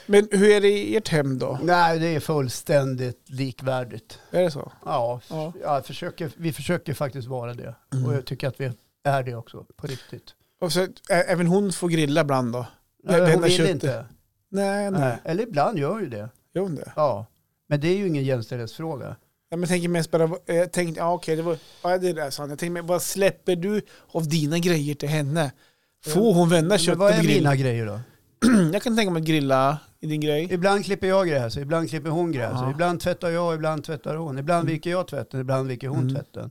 Speaker 1: Men hur är det i ert hem då?
Speaker 2: Nej, det är fullständigt likvärdigt.
Speaker 1: Är det så?
Speaker 2: Ja,
Speaker 1: Ja.
Speaker 2: ja. jag försöker, vi försöker faktiskt vara det.
Speaker 1: Mm.
Speaker 2: Och jag tycker att vi är det också, på riktigt.
Speaker 1: Och så, ä- även hon får grilla ibland då?
Speaker 2: Nej,
Speaker 1: Vända
Speaker 2: hon vill
Speaker 1: köttet.
Speaker 2: inte.
Speaker 1: Nej, nej.
Speaker 2: Nej. Eller ibland gör ju det.
Speaker 1: Gör hon det?
Speaker 2: Ja. Men det är ju ingen jämställdhetsfråga.
Speaker 1: Ja, men jag tänker mest bara, jag tänkte, ja okej, det var, ja det är det, sa han. Jag tänkte, men vad släpper du av dina grejer till henne? Får hon vända
Speaker 2: Men
Speaker 1: köttet
Speaker 2: vad
Speaker 1: på
Speaker 2: är
Speaker 1: grillen?
Speaker 2: mina grejer då?
Speaker 1: Jag kan tänka mig att grilla i din grej.
Speaker 2: Ibland klipper jag gräs, ibland klipper hon gräs.
Speaker 1: Ja.
Speaker 2: Ibland tvättar jag, ibland tvättar hon. Ibland viker jag tvätten, ibland viker hon
Speaker 1: Mm.
Speaker 2: tvätten.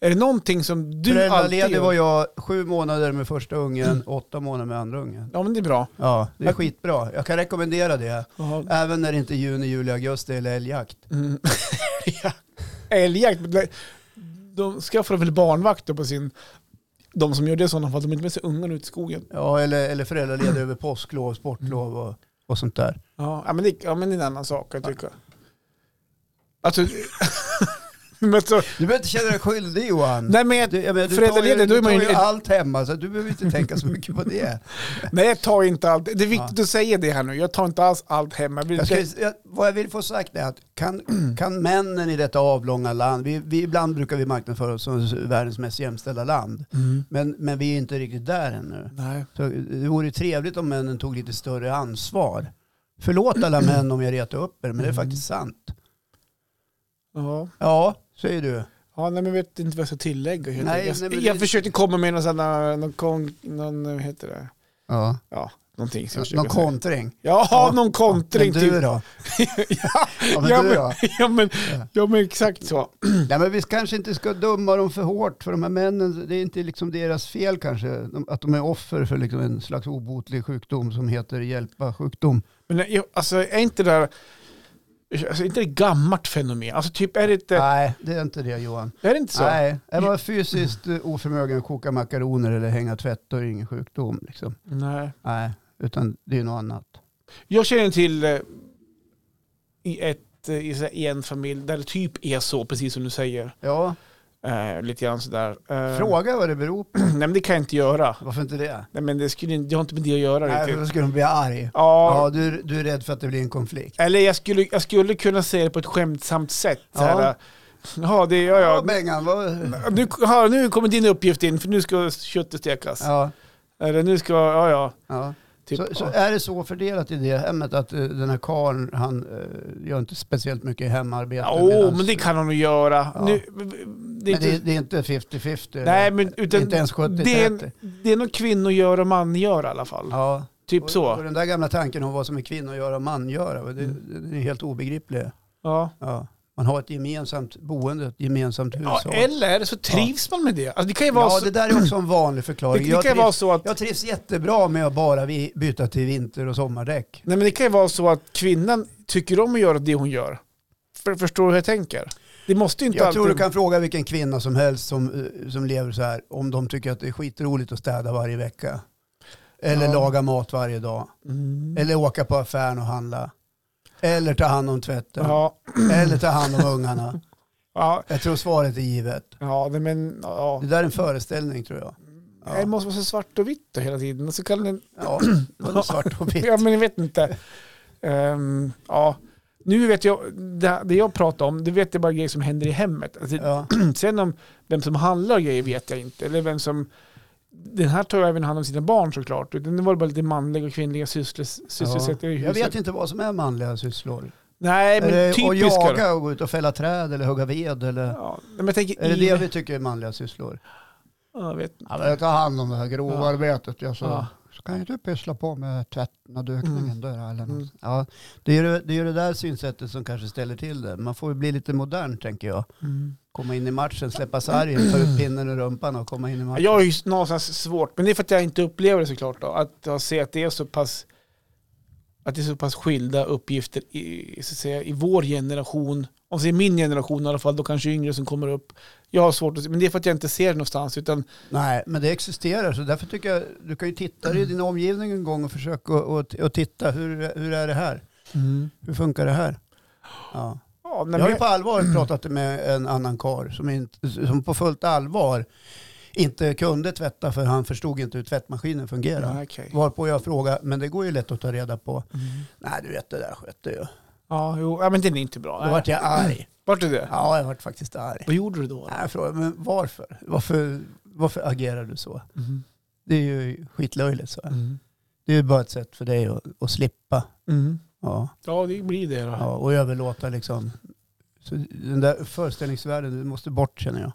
Speaker 1: Är det någonting som du alltid Mm.
Speaker 2: Föräldraledig
Speaker 1: gör?
Speaker 2: var jag sju månader med första ungen, åtta månader med andra ungen.
Speaker 1: Ja men det är bra.
Speaker 2: Ja, det är
Speaker 1: Jag-
Speaker 2: skitbra. Jag kan rekommendera det.
Speaker 1: Jaha.
Speaker 2: Även när det inte är juni, juli, augusti eller älgjakt.
Speaker 1: Mm. Ja. Älgjakt, men det- de skaffar väl barnvakter på sin... De som gör det i sådana fall, de är inte med sig ungarna ut i skogen.
Speaker 2: Ja, eller, eller föräldraledig över påsklov,
Speaker 1: Mm.
Speaker 2: sportlov och, och sånt där.
Speaker 1: Ja ja, men, det, ja men det är en annan sak jag tycker. Alltså, Men så,
Speaker 2: Du behöver inte känna dig skyldig Johan.
Speaker 1: nej, men jag,
Speaker 2: Du, jag menar, du tar, ju,
Speaker 1: föräldraledig, då
Speaker 2: du
Speaker 1: är man
Speaker 2: tar ju
Speaker 1: ju...
Speaker 2: allt hemma så du behöver inte tänka så mycket på det.
Speaker 1: Nej, jag tar inte allt. Det är viktigt
Speaker 2: Ja.
Speaker 1: att säga det här nu. Jag tar inte alls allt hemma. Jag blir-
Speaker 2: Jag ska, jag, vad jag vill få sagt är att kan, kan männen i detta avlånga land, vi, vi ibland brukar vi marknadsföra oss som världens mest jämställda land,
Speaker 1: Mm.
Speaker 2: men, men vi är inte riktigt där ännu.
Speaker 1: Nej.
Speaker 2: Så det vore ju trevligt om männen tog lite större ansvar. Förlåt alla män om jag retar upp er, men det är
Speaker 1: Mm.
Speaker 2: faktiskt sant.
Speaker 1: Ja.
Speaker 2: Ja, säger du.
Speaker 1: Ja, nej, men jag vet inte vad jag ska tillägga. helt
Speaker 2: Nej,
Speaker 1: enkelt.
Speaker 2: nej,
Speaker 1: jag
Speaker 2: men
Speaker 1: jag
Speaker 2: det-
Speaker 1: försökte komma med någon, sån här, någon, kon, någon vad heter det?
Speaker 2: Ja.
Speaker 1: Ja, någonting. som jag försöker
Speaker 2: Någon
Speaker 1: säga.
Speaker 2: kontring.
Speaker 1: Ja,
Speaker 2: Ja.
Speaker 1: någon kontring.
Speaker 2: Men du
Speaker 1: typ.
Speaker 2: då?
Speaker 1: ja,
Speaker 2: Ja,
Speaker 1: ja,
Speaker 2: men du
Speaker 1: men-
Speaker 2: då?
Speaker 1: ja, men,
Speaker 2: Ja.
Speaker 1: ja, men exakt så.
Speaker 2: Nej, men vi kanske inte ska döma dem för hårt, för de här männen, det är inte liksom deras fel kanske, de- att de är offer för liksom en slags obotlig sjukdom som heter hjälpa-sjukdom.
Speaker 1: Men jag, alltså, är inte det där... Alltså, är inte det ett gammalt fenomen? Alltså, typ, är det inte,
Speaker 2: Nej, det är inte det Johan.
Speaker 1: är det inte så?
Speaker 2: Nej, är man fysiskt eh, oförmögen att koka makaroner eller hänga tvätt, då är det ingen sjukdom. Liksom.
Speaker 1: nej.
Speaker 2: Nej, utan det är något annat.
Speaker 1: Jag känner till eh, i, ett, eh, i, så här- i en familj där det typ är så, precis som du säger.
Speaker 2: Ja,
Speaker 1: Eh, lite grann sådär. Eh,
Speaker 2: fråga vad det beror på.
Speaker 1: Nej men det kan jag inte göra.
Speaker 2: Varför inte det?
Speaker 1: Nej men det, skulle, inte- det har inte med det att göra
Speaker 2: Nej, för då
Speaker 1: riktigt.
Speaker 2: skulle de bli arg.
Speaker 1: Ja,
Speaker 2: Ja, du, du är rädd för att det blir en konflikt.
Speaker 1: Eller jag skulle, jag skulle kunna säga det på ett skämtsamt sätt. Ja, så
Speaker 2: Ja.
Speaker 1: här, ja Mm. det gör
Speaker 2: Ja,
Speaker 1: jag.
Speaker 2: Bengan, vad...
Speaker 1: Nu, ja, nu kommer din uppgift in för nu ska köttet stekas.
Speaker 2: Ja,
Speaker 1: Eller nu ska, ja ja.
Speaker 2: ja.
Speaker 1: Typ,
Speaker 2: så, så
Speaker 1: ja.
Speaker 2: är det så fördelat i det hemmet att eh, den här karln, han eh, gör inte speciellt mycket hemarbete?
Speaker 1: Åh,
Speaker 2: medans-
Speaker 1: men det kan han nog göra.
Speaker 2: Ja.
Speaker 1: Nu,
Speaker 2: Men
Speaker 1: det
Speaker 2: det,
Speaker 1: är inte,
Speaker 2: det, är inte 50-50.
Speaker 1: nej, men
Speaker 2: det
Speaker 1: utan,
Speaker 2: är inte ens 70-30.
Speaker 1: det, är, en- det är nog kvinnor gör och man gör i alla fall.
Speaker 2: Ja.
Speaker 1: Typ
Speaker 2: Och, och
Speaker 1: så. Mm.
Speaker 2: den där gamla tanken om vad som är kvinna göra och man göra, det, det är helt obegriplig.
Speaker 1: Ja.
Speaker 2: Ja. Man har ett gemensamt boende, ett gemensamt hushåll.
Speaker 1: Ja, eller så trivs man med det. Alltså, det kan ju vara
Speaker 2: ja,
Speaker 1: så,
Speaker 2: det där är också en vanlig
Speaker 1: det,
Speaker 2: förklaring.
Speaker 1: det
Speaker 2: jag,
Speaker 1: kan ju
Speaker 2: trivs,
Speaker 1: vara så att
Speaker 2: jag trivs jättebra med att bara vi byta till vinter och sommardäck.
Speaker 1: Nej men det kan ju vara så att kvinnan tycker om att göra det hon gör. För, förstår du hur jag tänker? Det måste ju inte
Speaker 2: Jag
Speaker 1: alltid...
Speaker 2: tror du kan fråga vilken kvinna som helst som, eh, som lever så här, om de tycker att det är skitroligt att städa varje vecka. Eller
Speaker 1: Ja.
Speaker 2: laga mat varje dag.
Speaker 1: Mm.
Speaker 2: Eller åka på affären och handla. Eller ta hand om tvätten.
Speaker 1: Ja,
Speaker 2: Eller ta hand om ungarna.
Speaker 1: ja,
Speaker 2: Jag tror svaret är givet.
Speaker 1: ja, nej, men... Ja.
Speaker 2: Det där är en föreställning tror jag. Ja.
Speaker 1: Det måste vara så svart och vitt då hela tiden. Och Så kan den...
Speaker 2: Ja, det var nog svart och vitt.
Speaker 1: Ja men jag vet inte. Ehm, ja. Nu vet jag, det, det jag pratar om, det vet jag bara grejer som händer i hemmet. Alltså,
Speaker 2: Ja,
Speaker 1: Sen om vem som handlar grejer vet jag inte. Eller vem som... Den här tar ju även hand om sina barn såklart. Utan det var bara lite manliga och kvinnliga syssles, sysselsättningar i
Speaker 2: jag
Speaker 1: huset.
Speaker 2: vet inte vad som är manliga sysslor.
Speaker 1: Nej,
Speaker 2: Är det
Speaker 1: men
Speaker 2: att
Speaker 1: typiska. då.
Speaker 2: jaga och gå ut och fälla träd eller hugga ved eller?
Speaker 1: Ja, men jag tänker
Speaker 2: Är det
Speaker 1: i...
Speaker 2: det vi tycker är manliga sysslor?
Speaker 1: Ja, jag vet.
Speaker 2: Ja, men jag tar hand om det här grova
Speaker 1: Ja.
Speaker 2: arbetet. Jag så,
Speaker 1: Ja.
Speaker 2: så kan ju du pyssla på med tvätten och dukningen
Speaker 1: Mm.
Speaker 2: då, eller
Speaker 1: Mm.
Speaker 2: något. Ja, det, är ju, det är ju det där synsättet som kanske ställer till det. Man får ju bli lite modern tänker jag. Komma in i matchen, släppa sargen, ta ut pinnen ur rumpan och komma in i
Speaker 1: Ja,
Speaker 2: matchen.
Speaker 1: Jag har ju någonstans svårt, men det är för att jag inte upplever det såklart då, att jag ser att det är så pass att det är så pass skilda uppgifter i, så att säga, i vår generation, om det är min generation i alla fall, då kanske yngre som kommer upp. Jag har svårt att se, men det är för att jag inte ser det någonstans, utan
Speaker 2: Nej, men det existerar. Så därför tycker jag, du kan ju titta i din omgivning en gång och försöka och, och, och titta, hur, hur är det här? Hur funkar det här? Ja.
Speaker 1: ja, nej,
Speaker 2: Mm. Jag har ju
Speaker 1: men,
Speaker 2: på allvar pratat med en annan kar som, inte, som på fullt allvar inte kunde tvätta för han förstod inte hur tvättmaskinen fungerar.
Speaker 1: ja, okej.
Speaker 2: Varpå jag frågade, men det går ju lätt att ta reda på.
Speaker 1: Mm.
Speaker 2: Nej, du vet det där skötte jag.
Speaker 1: ja, jo, ja, men den är inte bra.
Speaker 2: Då vart jag arg.
Speaker 1: Vart du det?
Speaker 2: Ja, jag vart faktiskt arg.
Speaker 1: Vad gjorde du då?
Speaker 2: Nej, jag frågade, men varför? varför? Varför agerar du så?
Speaker 1: Mm.
Speaker 2: Det är ju skitlöjligt, så.
Speaker 1: Mm.
Speaker 2: Det är ju bara ett sätt för dig att, att slippa.
Speaker 1: Mm.
Speaker 2: Ja,
Speaker 1: Ja, det blir det då.
Speaker 2: ja, och överlåta liksom. Så den där föreställningsvärlden, du måste bort känner jag.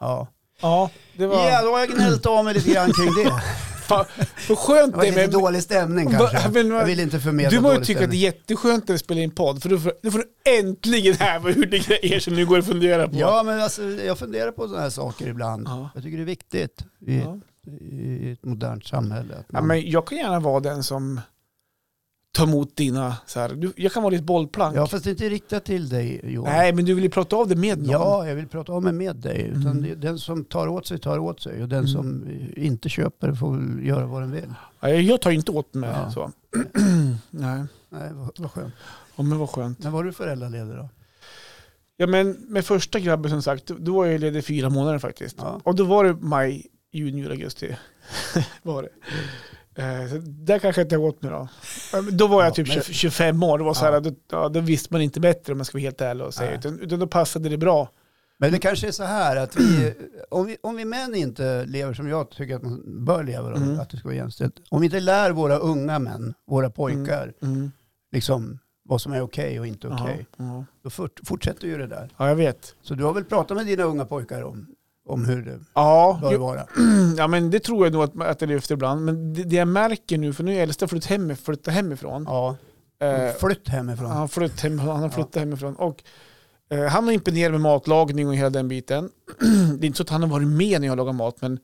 Speaker 2: Ja.
Speaker 1: Ja, det
Speaker 2: Ja,
Speaker 1: var...
Speaker 2: då har jag gnällt av mig lite grann kring det.
Speaker 1: Fan, vad skönt
Speaker 2: Det var
Speaker 1: det
Speaker 2: lite
Speaker 1: är med...
Speaker 2: dålig stämning
Speaker 1: Va-
Speaker 2: kanske.
Speaker 1: men-
Speaker 2: jag vill inte förmedla
Speaker 1: Du må ju
Speaker 2: dålig
Speaker 1: tycka att det är
Speaker 2: stämning.
Speaker 1: jätteskönt när vi spelar in podd, för då får, då får du äntligen här vad hur det grejer som nu går att fundera på.
Speaker 2: Ja, men alltså, jag funderar på sådana här saker ibland.
Speaker 1: Ja.
Speaker 2: Jag tycker det är viktigt i,
Speaker 1: Ja.
Speaker 2: i ett modernt samhälle. att
Speaker 1: Ja,
Speaker 2: man-
Speaker 1: men jag kan gärna vara den som tar emot dina... Så här, du, jag kan vara ditt bollplank.
Speaker 2: ja, fast det är inte riktat till dig Johan.
Speaker 1: Nej, men du vill ju prata av det med någon.
Speaker 2: Ja, jag vill prata om mig med dig. Utan
Speaker 1: Mm.
Speaker 2: det, den som tar åt sig tar åt sig och den
Speaker 1: Mm.
Speaker 2: som eh, inte köper får väl göra vad den vill.
Speaker 1: Ja, jag- Jag tar ju inte åt mig.
Speaker 2: Ja.
Speaker 1: Så. Nej,
Speaker 2: Nej, vad, vad skönt.
Speaker 1: ja, men vad skönt.
Speaker 2: När var du föräldraledig då?
Speaker 1: Ja men med första grabben som sagt, då var jag ledig fyra månader faktiskt.
Speaker 2: Ja.
Speaker 1: Och då var det maj, juni, juli, augusti. var det. Eh, Så där kanske jag inte har gått med då. Eh, men Då var jag
Speaker 2: Ja,
Speaker 1: typ
Speaker 2: men-
Speaker 1: 20 25 år, då, var så här,
Speaker 2: Ja.
Speaker 1: då, ja, då visste man inte bättre om man ska vara helt ärlig och säga.
Speaker 2: Nej.
Speaker 1: Utan, utan då passade det bra.
Speaker 2: Men det kanske är så här att vi, om vi, om vi män inte lever som jag tycker att man bör leva, då,
Speaker 1: Mm.
Speaker 2: att det ska vara jämställt. Om vi inte lär våra unga män, våra pojkar, liksom vad som är okej och inte okej,
Speaker 1: Ja, ja.
Speaker 2: då fort, fortsätter ju det där.
Speaker 1: ja, jag vet.
Speaker 2: Så du har väl pratat med dina unga pojkar om, om hur det
Speaker 1: Ja,
Speaker 2: bör
Speaker 1: jo,
Speaker 2: vara?
Speaker 1: ja, men det tror jag nog att, att det lyfter ibland. Men det, det jag märker nu, för nu är äldsta flytt hem, flyttat hemifrån.
Speaker 2: Ja. mm.
Speaker 1: Eh,
Speaker 2: Flytt hemifrån.
Speaker 1: Han, flytt hem, han har flyttat hemifrån. Och, eh, han har imponerat med matlagning och hela den biten. det är inte så att han har varit med när jag lagar mat, men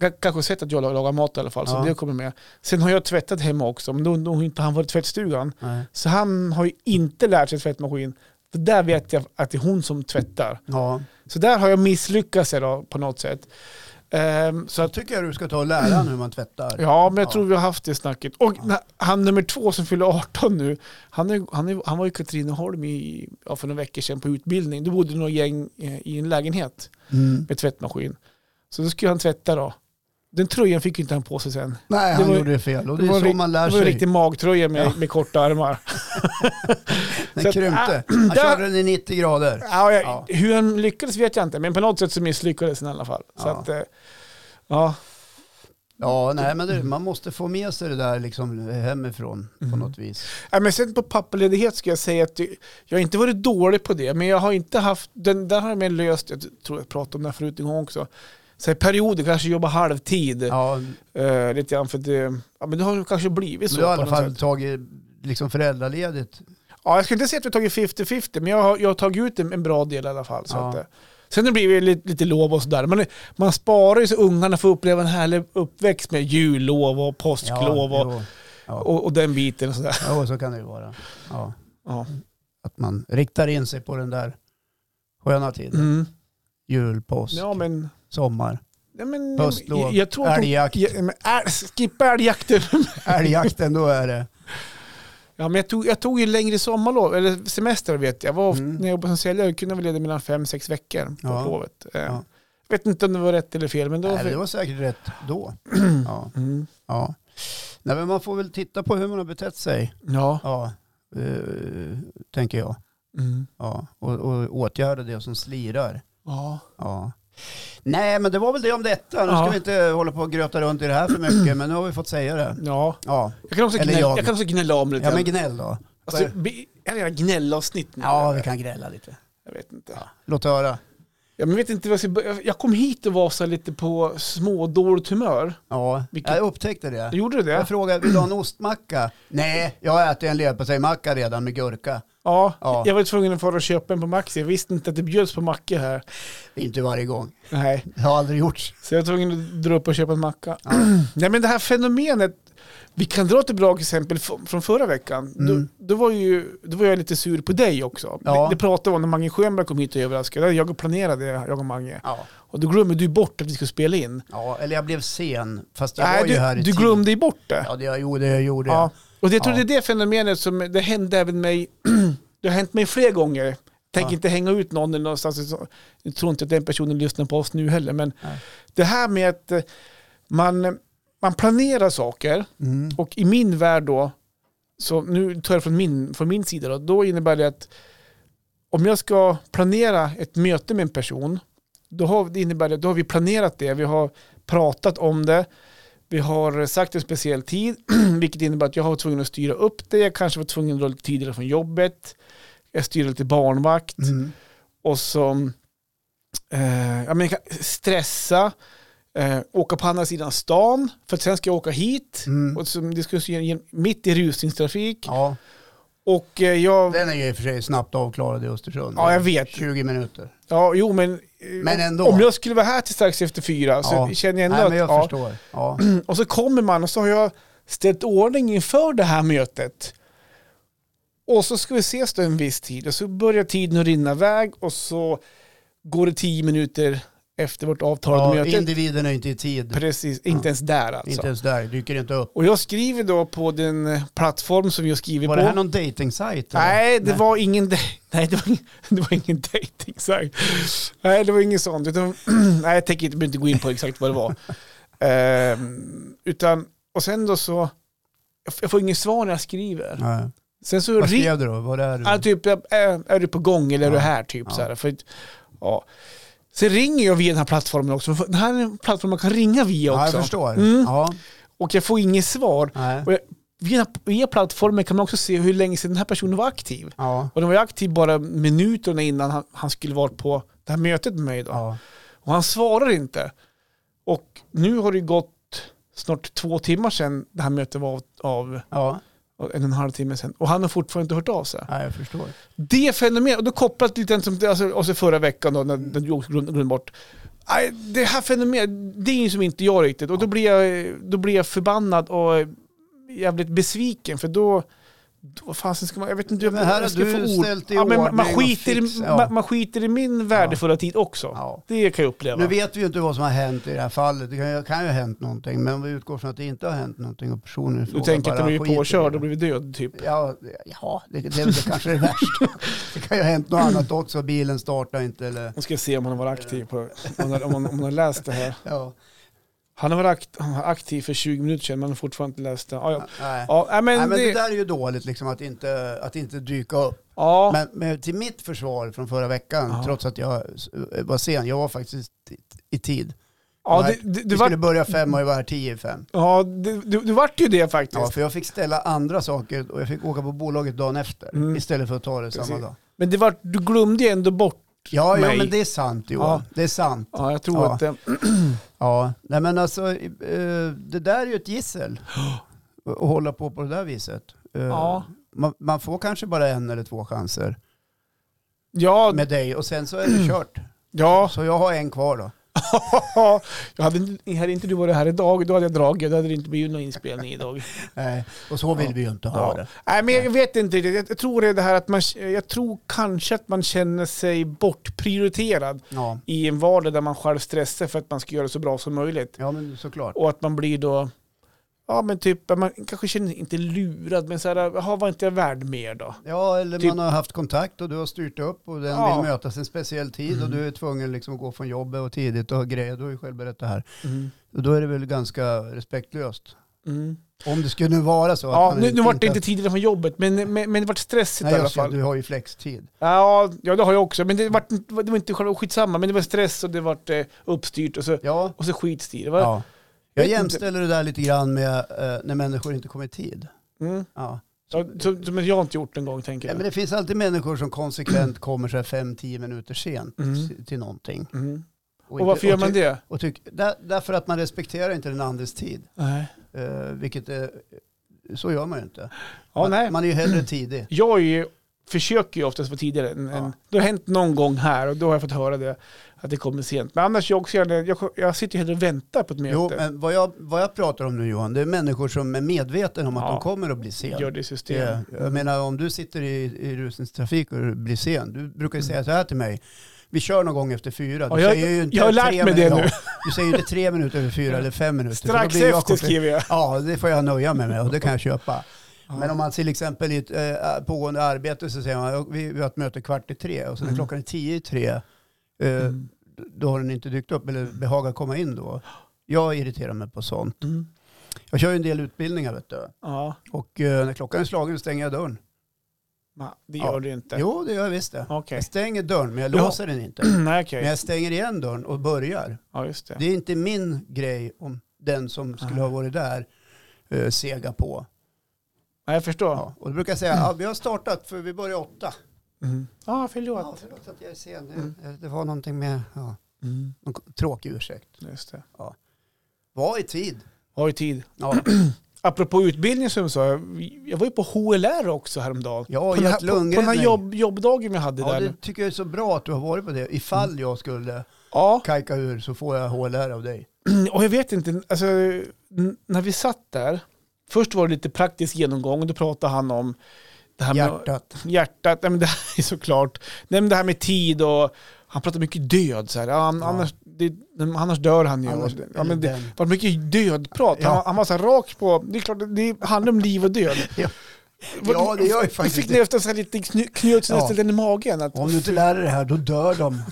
Speaker 1: k- kanske sett att jag lag- lagar mat i alla fall. Så
Speaker 2: Ja.
Speaker 1: det kommer med. Sen har jag tvättat hemma också, men då, då har inte han varit i tvättstugan.
Speaker 2: Nej.
Speaker 1: Så han har ju inte lärt sig tvättmaskin. För där vet jag att det är hon som tvättar.
Speaker 2: Ja.
Speaker 1: Så där har jag misslyckats idag på något sätt. Ehm, så
Speaker 2: Så
Speaker 1: att
Speaker 2: tycker jag du ska ta och lära honom hur man tvättar.
Speaker 1: Ja, men jag
Speaker 2: Ja.
Speaker 1: tror vi har haft det snacket. Och na- han nummer två som fyller 18 nu, han, är, han, är, han var i Katrineholm i, ja, för några veckor sedan på utbildning. Då bodde några gäng eh, i en lägenhet
Speaker 2: Mm.
Speaker 1: med tvättmaskin. Så då skulle han tvätta då. Den tröjan fick ju inte han på sig sen.
Speaker 2: Nej,
Speaker 1: Det
Speaker 2: han
Speaker 1: var-
Speaker 2: gjorde det fel. Och det,
Speaker 1: var
Speaker 2: är
Speaker 1: en
Speaker 2: så
Speaker 1: rikt-
Speaker 2: man lär
Speaker 1: det var en
Speaker 2: sig.
Speaker 1: riktig magtröja med,
Speaker 2: Ja.
Speaker 1: med korta armar. så att-
Speaker 2: Den
Speaker 1: ah,
Speaker 2: krympte. Han
Speaker 1: där-
Speaker 2: körde den i 90 grader.
Speaker 1: Ja, jag,
Speaker 2: Ja.
Speaker 1: Hur han lyckades vet jag inte, men på något sätt så misslyckades han i alla fall. Så
Speaker 2: Ja.
Speaker 1: att, eh, ja.
Speaker 2: Ja, nej, men det, man måste få med sig det där liksom hemifrån
Speaker 1: Mm.
Speaker 2: på något vis.
Speaker 1: Ja, men sen på pappaledighet skulle jag säga att det- jag har inte varit dålig på det, men jag har inte haft, den där har jag mer löst, jag tror jag pratade om det här förut en gång också, så här perioder, kanske jobba halvtid
Speaker 2: Ja,
Speaker 1: eh, lite grann för att det, ja men det har ju kanske blivit så.
Speaker 2: du har i
Speaker 1: på
Speaker 2: alla
Speaker 1: något
Speaker 2: fall
Speaker 1: sätt.
Speaker 2: tagit liksom föräldraledigt.
Speaker 1: Ja, jag skulle inte säga att vi har tagit 50-50, men jag har, jag har tagit ut en, en bra del i alla fall. Så
Speaker 2: Ja.
Speaker 1: att, eh, sen har det blivit lite, lite lov och sådär, men man sparar ju så ungarna får uppleva en härlig uppväxt med jullov och påsklov och,
Speaker 2: jo. ja.
Speaker 1: och, och den biten och sådär.
Speaker 2: ja, så kan det ju vara. Ja.
Speaker 1: Ja.
Speaker 2: Att man riktar in sig på den där sköna tiden.
Speaker 1: Mm.
Speaker 2: Jul, påsk,
Speaker 1: ja, men
Speaker 2: sommar,
Speaker 1: Ja, men,
Speaker 2: Höstlov,
Speaker 1: jag, jag tror att de-
Speaker 2: älgjakt.
Speaker 1: Ja, men äl, skippa älgjakten.
Speaker 2: Älgjakten, då är det.
Speaker 1: Ja, men jag, tog, jag tog ju längre sommarlov, eller semester vet jag. jag var ofta,
Speaker 2: Mm.
Speaker 1: När jag jobbade som säljare kunde jag vara ledig mellan fem sex veckor på
Speaker 2: Ja.
Speaker 1: lovet. Eh,
Speaker 2: Ja.
Speaker 1: vet inte om det var rätt eller fel. Men då
Speaker 2: Nej, det var säkert rätt då. Ja.
Speaker 1: mm.
Speaker 2: Ja. Nej, men man får väl titta på hur man har betett sig,
Speaker 1: Ja.
Speaker 2: ja. Eh, tänker jag.
Speaker 1: Mm.
Speaker 2: Ja. Och, och åtgärda det som slirar.
Speaker 1: ja.
Speaker 2: Ja. Nej, men det var väl det om detta. Nu ska
Speaker 1: Ja.
Speaker 2: vi inte hålla på och gröta runt i det här för mycket, men nu har vi fått säga det.
Speaker 1: Ja.
Speaker 2: Ja,
Speaker 1: Jag kan också,
Speaker 2: Eller
Speaker 1: gnälla, jag.
Speaker 2: jag.
Speaker 1: kan också gnälla om lite.
Speaker 2: ja men gnäll då.
Speaker 1: alltså, be- är det gnällavsnitt nu?
Speaker 2: Ja, vi kan gräla lite.
Speaker 1: Jag vet inte.
Speaker 2: Låt höra.
Speaker 1: Ja, men vet inte vad jag, ska, börja- jag kom hit och var så här lite på smådåligt humör.
Speaker 2: Ja,
Speaker 1: Vilket-
Speaker 2: jag upptäckte det.
Speaker 1: Gjorde du det?
Speaker 2: Jag frågade, vill du ha en ostmacka? Nej, jag har ätit en leverpastejmacka redan med gurka.
Speaker 1: Ja,
Speaker 2: Ja.
Speaker 1: jag var tvungen att fara och köpa en på Maxi. Jag visste inte att det bjöds på mackor här.
Speaker 2: Inte varje gång.
Speaker 1: Nej,
Speaker 2: Det har aldrig gjorts.
Speaker 1: så jag var tvungen att dra upp och köpa en macka. Nej, men det här fenomenet. Vi kan dra ett bra exempel f- från förra veckan. Då,
Speaker 2: Mm.
Speaker 1: då, var ju, då var jag lite sur på dig också.
Speaker 2: Ja.
Speaker 1: Det, det pratade vi om när Mange Schönberg kom hit och överraskade. Jag planerade, jag och Mange.
Speaker 2: Ja.
Speaker 1: Och då glömmer du bort att vi ska spela in.
Speaker 2: ja, eller jag blev sen. Fast jag var ju
Speaker 1: Nej,
Speaker 2: här i
Speaker 1: du, du
Speaker 2: tid.
Speaker 1: glömde ju bort det.
Speaker 2: Ja, det jag gjorde, jag gjorde.
Speaker 1: Ja. Och det, jag tror
Speaker 2: Ja.
Speaker 1: det är det fenomenet som det hände även mig. det har hänt mig fler gånger. Tänk
Speaker 2: Ja.
Speaker 1: inte hänga ut någon eller någonstans. Så- Jag tror inte att den personen lyssnar på oss nu heller. Men
Speaker 2: Nej.
Speaker 1: det här med att eh, man, man planerar saker
Speaker 2: Mm.
Speaker 1: och i min värld då, så nu tar jag från min, från min sida då, då innebär det att om jag ska planera ett möte med en person, då har, det innebär det, då har vi planerat det, vi har pratat om det, vi har sagt en speciell tid, vilket innebär att jag har varit tvungen att styra upp det, jag kanske var tvungen att dra lite tidigare från jobbet, jag styrde lite barnvakt,
Speaker 2: Mm.
Speaker 1: och så eh, jag menar, jag kan stressa, eh, åka på andra sidan stan, för att sen ska jag åka hit,
Speaker 2: Mm.
Speaker 1: och som det skulle se igen- mitt i rusningstrafik.
Speaker 2: Ja,
Speaker 1: Och eh, jag...
Speaker 2: den är ju i och för sig snabbt avklarad i Östersund.
Speaker 1: Ja, jag vet.
Speaker 2: 20 minuter.
Speaker 1: Ja, jo, men... eh,
Speaker 2: Men ändå.
Speaker 1: Om jag skulle vara här till strax efter fyra så
Speaker 2: Ja.
Speaker 1: känner jag ändå
Speaker 2: Nej, men
Speaker 1: att...
Speaker 2: jag
Speaker 1: Ja,
Speaker 2: förstår. Ja.
Speaker 1: och så kommer man och så har jag ställt ordning inför det här mötet. Och så ska vi ses då en viss tid och så börjar tiden att rinna iväg och så går det tio minuter efter vårt avtalade
Speaker 2: Ja,
Speaker 1: möte.
Speaker 2: individen är inte i tid.
Speaker 1: Precis, inte ens där alltså.
Speaker 2: Inte ens där, dyker inte upp.
Speaker 1: Och jag skriver då på den eh, plattform som jag skriver
Speaker 2: Var
Speaker 1: på.
Speaker 2: det här någon dating-sajt? eller?
Speaker 1: Nej, det var ingen... Nej, det var, ing- det var ingen dejt exakt. Nej, det var inget sånt. Utan, nej, jag tänker inte, behöver inte gå in på exakt vad det var. Ehm, utan, och sen då så, jag f- jag får ingen svar när jag skriver.
Speaker 2: Nej.
Speaker 1: Sen så
Speaker 2: Vad
Speaker 1: ring-
Speaker 2: skrev du då? Var är du?
Speaker 1: Ja, typ, är, är du på gång eller är
Speaker 2: Ja.
Speaker 1: du här? Typ,
Speaker 2: Ja.
Speaker 1: så här, för, att- ja. Sen ringer jag via den här plattformen också. för Den här är en plattform man kan ringa via
Speaker 2: ja,
Speaker 1: också.
Speaker 2: jag förstår.
Speaker 1: Mm.
Speaker 2: Ja,
Speaker 1: Och jag får inget svar.
Speaker 2: nej.
Speaker 1: Och jag, via, via plattformen kan man också se hur länge sedan den här personen var aktiv.
Speaker 2: Ja,
Speaker 1: Och den var ju aktiv bara minuterna innan han, han skulle vara på det här mötet med mig. Då.
Speaker 2: ja.
Speaker 1: Och han svarar inte. Och nu har det ju gått snart två timmar sedan det här mötet var av, av
Speaker 2: ja.
Speaker 1: en och en halv timme sedan. Och han har fortfarande inte hört av sig.
Speaker 2: Nej, jag förstår.
Speaker 1: Det fenomenet, och då kopplat lite till som- alltså, och så förra veckan då, när när du också glömde glömde bort. Nej, det här fenomenet, det är ju som inte jag riktigt. Och då blir jag, då blir jag förbannad och jävligt besviken. För då, då vad fasen ska man, jag vet inte
Speaker 2: Men här
Speaker 1: jag
Speaker 2: har
Speaker 1: ska
Speaker 2: du
Speaker 1: få
Speaker 2: ställt i
Speaker 1: ja, men man, man,
Speaker 2: ordning och
Speaker 1: skiter,
Speaker 2: fix-
Speaker 1: i-
Speaker 2: ja.
Speaker 1: man, man skiter i min värdefulla tid också.
Speaker 2: Ja.
Speaker 1: Det kan jag uppleva.
Speaker 2: Nu vet vi ju inte vad som har hänt i det här fallet. Det kan ju, kan ju ha hänt någonting, men om vi utgår från att det inte har hänt någonting och personen i
Speaker 1: du
Speaker 2: fråga
Speaker 1: tänker att
Speaker 2: bara
Speaker 1: när du
Speaker 2: skiter i
Speaker 1: är påkörd
Speaker 2: det.
Speaker 1: och blivit död typ.
Speaker 2: Ja, ja det, det, är väl kanske det värsta. Det kan ju ha hänt något annat också. Bilen startar inte eller...
Speaker 1: Nu ska jag se om han har varit aktiv på, om man, om man, om man har läst det här.
Speaker 2: Ja,
Speaker 1: Han har varit akt, han var aktiv för 20 minuter sedan men han har fortfarande inte läst det. Ja, ja.
Speaker 2: nej.
Speaker 1: Ja, nej, men
Speaker 2: nej, men
Speaker 1: det,
Speaker 2: det där är ju dåligt liksom att inte, att inte dyka upp.
Speaker 1: ja,
Speaker 2: Men, men till mitt försvar från förra veckan,
Speaker 1: Ja.
Speaker 2: trots att jag s- eh, var sen, jag var faktiskt i, i tid.
Speaker 1: ja,
Speaker 2: nej,
Speaker 1: det, det,
Speaker 2: Vi
Speaker 1: det,
Speaker 2: skulle
Speaker 1: var,
Speaker 2: börja fem och jag var här tio i fem.
Speaker 1: ja det, det, det vart ju det
Speaker 2: Ja,
Speaker 1: faktiskt.
Speaker 2: för jag fick ställa andra saker och jag fick åka på bolaget dagen efter
Speaker 1: Mm.
Speaker 2: istället för att ta det samma
Speaker 1: Precis.
Speaker 2: dag.
Speaker 1: Men det var, du glömde ju ändå bort.
Speaker 2: Ja, ja,
Speaker 1: Mig.
Speaker 2: men det är sant Johan.
Speaker 1: Ja.
Speaker 2: Det är sant.
Speaker 1: Ja, jag tror
Speaker 2: Ja.
Speaker 1: att eh, det,
Speaker 2: Ja, nej men alltså eh, det där är ju ett gissel. Att hålla på på det där viset. Eh,
Speaker 1: Ja.
Speaker 2: Man, man får kanske bara en eller två chanser
Speaker 1: ja,
Speaker 2: med dig och sen så är det kört.
Speaker 1: ja.
Speaker 2: Så jag har en kvar då.
Speaker 1: jag hade, inte- hade inte du varit här idag, då hade jag dragit. Då hade det inte blivit någon inspelning idag.
Speaker 2: Nej, och så vill vi ju inte ha
Speaker 1: Ja.
Speaker 2: det.
Speaker 1: Nej, men jag vet inte riktigt. Jag, jag tror det är det här att man, jag tror kanske att man känner sig bortprioriterad
Speaker 2: Ja.
Speaker 1: i en vardag där man själv stressar för att man ska göra det så bra som möjligt.
Speaker 2: ja, men såklart.
Speaker 1: Och att man blir då, ja men typ, man kanske känner sig inte lurad, men så här, jaha var inte jag värd mer då?
Speaker 2: Ja, eller
Speaker 1: Typ-
Speaker 2: man har haft kontakt och du har styrt upp och den
Speaker 1: Ja. Mm.
Speaker 2: vill mötas en speciell tid och du är tvungen liksom att gå från jobbet och tidigt och ha grejer. Du har ju själv berättat här.
Speaker 1: Mm.
Speaker 2: Och då är det väl ganska respektlöst. Om det skulle nu vara så.
Speaker 1: Ja,
Speaker 2: man
Speaker 1: nu, nu vart det inte tidigare från jobbet, men, men, men det vart stressigt
Speaker 2: Nej,
Speaker 1: i alla
Speaker 2: just det,
Speaker 1: fall.
Speaker 2: du har ju flextid.
Speaker 1: Ja, ja, det har jag också, men det, vart, inte- det var inte själva skitsamma, men det var stress och det vart eh, uppstyrt och så,
Speaker 2: Ja,
Speaker 1: och så skits det i det. Va?
Speaker 2: Ja. Jag
Speaker 1: Vet inte.
Speaker 2: jämställer det där lite grann med eh, när människor inte kommer i tid.
Speaker 1: Mm.
Speaker 2: Ja.
Speaker 1: Ja, som, som jag inte gjort en gång tänker
Speaker 2: Ja, men
Speaker 1: jag.
Speaker 2: det finns alltid människor som konsekvent kommer så här 5-10 minuter sent
Speaker 1: Mm.
Speaker 2: till någonting.
Speaker 1: Mm.
Speaker 2: inte-
Speaker 1: Och varför gör
Speaker 2: och
Speaker 1: man
Speaker 2: ty-
Speaker 1: det?
Speaker 2: Och tyck, där, därför att man respekterar inte den andres tid.
Speaker 1: Nej.
Speaker 2: Eh, vilket är, så gör man ju inte.
Speaker 1: Ja,
Speaker 2: man,
Speaker 1: nej.
Speaker 2: man är ju hellre tidig.
Speaker 1: jag är ju, försöker ju oftast vara tidigare. Än,
Speaker 2: Ja.
Speaker 1: än, det har hänt någon gång här och då har jag fått höra det, att det kommer sent. Men annars, jag, också gärna, jag, jag sitter ju hellre och väntar på ett möte.
Speaker 2: Jo, men vad jag, vad jag pratar om nu Johan, det är människor som är medvetna om att
Speaker 1: Ja.
Speaker 2: de kommer att bli sent.
Speaker 1: Gör det i system.
Speaker 2: Det, jag menar om du sitter i, i rusningstrafik och du blir sen, du brukar ju säga så här till mig, vi kör någon gång efter fyra. Du
Speaker 1: Ja, jag-
Speaker 2: säger ju inte
Speaker 1: jag har lärt
Speaker 2: tre
Speaker 1: mig det
Speaker 2: minuter-
Speaker 1: nu.
Speaker 2: Ja, Du säger ju inte tre minuter över fyra eller fem minuter. för då
Speaker 1: Strax
Speaker 2: blir jag
Speaker 1: efter
Speaker 2: konflikt-
Speaker 1: skriver jag.
Speaker 2: Ja, det får jag nöja mig med och det kan jag köpa. Men om man till exempel i ett eh, pågående arbete så säger man, "Ja, vi, vi har ett möte kvart i tre och sen är
Speaker 1: Mm.
Speaker 2: klockan är tio i tre, eh,
Speaker 1: Mm.
Speaker 2: då har den inte dykt upp eller behagar komma in då. Jag irriterar mig på sånt.
Speaker 1: Mm.
Speaker 2: Jag kör ju en del utbildningar vet du.
Speaker 1: Ja,
Speaker 2: Och eh, när klockan är slagen stänger jag dörren.
Speaker 1: ma, det
Speaker 2: Ja.
Speaker 1: gör du inte.
Speaker 2: Jo, det gör jag visst det.
Speaker 1: Okej.
Speaker 2: Jag stänger dörren, men jag
Speaker 1: Ja.
Speaker 2: låser den inte.
Speaker 1: Nej, okej.
Speaker 2: Men jag stänger igen dörren och börjar.
Speaker 1: Ja, just det.
Speaker 2: Det är inte min grej om den som skulle ha varit där eh, sega på.
Speaker 1: Ja, jag förstår. Ja,
Speaker 2: Ja. Och då brukar jag säga, ja, vi har startat för vi börjar åtta.
Speaker 1: mm. ah, förlåt.
Speaker 2: Ja, förlåt att jag är sen. Eh, Det, det var någonting med, ja,
Speaker 1: Mm.
Speaker 2: någon k- tråkig ursäkt.
Speaker 1: Just det.
Speaker 2: Var i tid.
Speaker 1: Har ju tid.
Speaker 2: Ja,
Speaker 1: Apropå utbildning som jag sa, jag- jag var ju på HLR också häromdagen.
Speaker 2: ja
Speaker 1: på, den här,
Speaker 2: Gert
Speaker 1: på, på
Speaker 2: Lundgren.
Speaker 1: den här
Speaker 2: nej.
Speaker 1: jobb, jobbdagen vi hade
Speaker 2: Ja,
Speaker 1: där. Mm.
Speaker 2: det tycker jag är så bra att du har varit på det. Ifall jag skulle
Speaker 1: Ja.
Speaker 2: kajka ur så får jag HLR av dig.
Speaker 1: Och jag vet inte, alltså, n- när vi satt där, först var det lite praktisk genomgång och då pratade han om det här med
Speaker 2: Hjärtat.
Speaker 1: hjärtat, nej, men det här är såklart, nej, men det här med tid och han pratade mycket död. Så här. Ja, han,
Speaker 2: Ja.
Speaker 1: Annars, det, annars dör han ju.
Speaker 2: Annars-
Speaker 1: ja, men det
Speaker 2: eller den.
Speaker 1: var mycket dödprat.
Speaker 2: Ja.
Speaker 1: Han, var- han var så här rakt på, det är klart, det handlar om liv och död.
Speaker 2: Ja. Ja, det gör ju
Speaker 1: Vi
Speaker 2: faktiskt
Speaker 1: fick
Speaker 2: det.
Speaker 1: nästan så här lite kny- knut som
Speaker 2: Ja.
Speaker 1: nästan den i magen. Att,
Speaker 2: Om du inte lär dig det här, då dör de.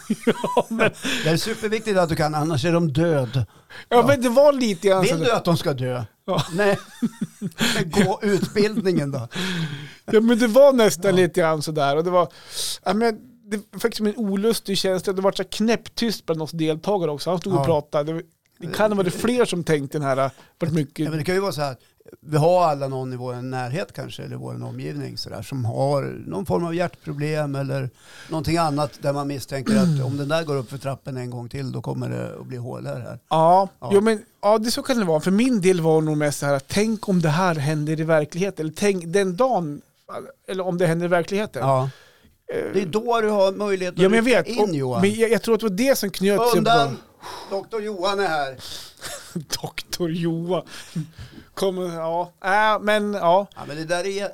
Speaker 2: Det är superviktigt att du kan, annars är de död.
Speaker 1: ja, men det var lite grann så
Speaker 2: Vill
Speaker 1: där.
Speaker 2: du att de ska dö?
Speaker 1: Alltså- Ja.
Speaker 2: Nej. Gå utbildningen då.
Speaker 1: Ja men det var nästan lite grann sådär. Och det var, ja, men det var faktiskt som en olustig känsla. Det var så här knäpptyst bland oss deltagare också. Han stod och
Speaker 2: Ja.
Speaker 1: pratade. Det, det kan ha varit fler som tänkte den här, varit
Speaker 2: Ja, men
Speaker 1: mycket.
Speaker 2: det kan ju vara så här, vi har alla någon i vår närhet kanske, eller vår omgivning så där, som har någon form av hjärtproblem eller någonting annat där man misstänker att om den där går upp för trappen en gång till då kommer det att bli hålor här.
Speaker 1: Ja,
Speaker 2: Ja.
Speaker 1: Jo, men, ja, det så kan det vara. För min del var det nog mest så här, tänk om det här händer i verkligheten. Eller tänk den dagen, eller om det händer i verkligheten. Ja,
Speaker 2: Ja. Det är då du har möjlighet att
Speaker 1: men jag
Speaker 2: rycka
Speaker 1: vet.
Speaker 2: in
Speaker 1: Och,
Speaker 2: Johan.
Speaker 1: men jag, jag tror att det var det som knöt sig på
Speaker 2: Undan! Doktor Johan är här.
Speaker 1: doktor Johan. Kommer, ja. Äh, men ja.
Speaker 2: Ja, men det där är,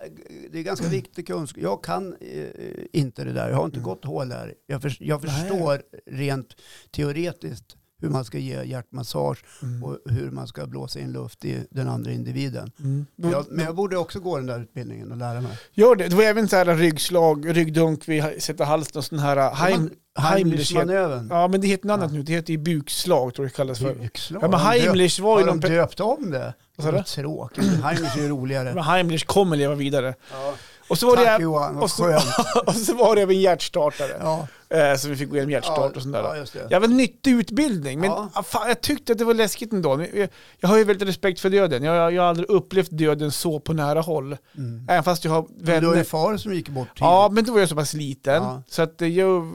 Speaker 2: det är ganska
Speaker 1: Mm.
Speaker 2: viktig kunskap. Jag kan eh, inte det där. Jag har inte gått hål där. Jag, förs- jag
Speaker 1: Nej.
Speaker 2: förstår rent teoretiskt hur man ska ge hjärtmassage och hur man ska blåsa in luft i den andra individen.
Speaker 1: Mm.
Speaker 2: Jag, men jag borde också gå den där utbildningen och lära mig.
Speaker 1: Gör det. Det var även så här ryggslag, ryggdunk vid sätta halsen och sån här Heim, Heimlich. heter-
Speaker 2: Heimlichmanövern.
Speaker 1: Ja, men det heter något annat nu. Det heter ju bukslag tror jag det kallas för.
Speaker 2: Byxlag.
Speaker 1: Ja, men Heimlich var
Speaker 2: Har
Speaker 1: ju
Speaker 2: de
Speaker 1: någon... pe-
Speaker 2: döpt om det?
Speaker 1: Vad sa du?
Speaker 2: Vad Tråkigt. Heimlich är ju
Speaker 1: Men
Speaker 2: roligare.
Speaker 1: Heimlich kommer leva vidare.
Speaker 2: Ja.
Speaker 1: Och så var
Speaker 2: Tack
Speaker 1: det,
Speaker 2: Johan, vad
Speaker 1: och så-
Speaker 2: skönt.
Speaker 1: och så var det även hjärtstartare.
Speaker 2: Ja,
Speaker 1: Eh, så vi fick gå igenom hjärtstart och sånt där.
Speaker 2: ja, just det.
Speaker 1: Jag var nyttig utbildning, men
Speaker 2: Ja.
Speaker 1: ah, fan, jag tyckte att det var läskigt ändå. Men Jag, jag har ju väldigt respekt för döden. Jag, jag, jag har aldrig upplevt döden så på nära håll.
Speaker 2: Mm.
Speaker 1: Även fast jag har
Speaker 2: Men Du har
Speaker 1: vänner.
Speaker 2: ju far som gick bort tidigt.
Speaker 1: Ja, men då var jag så pass liten.
Speaker 2: typ. Ja.
Speaker 1: Så att eh, jag,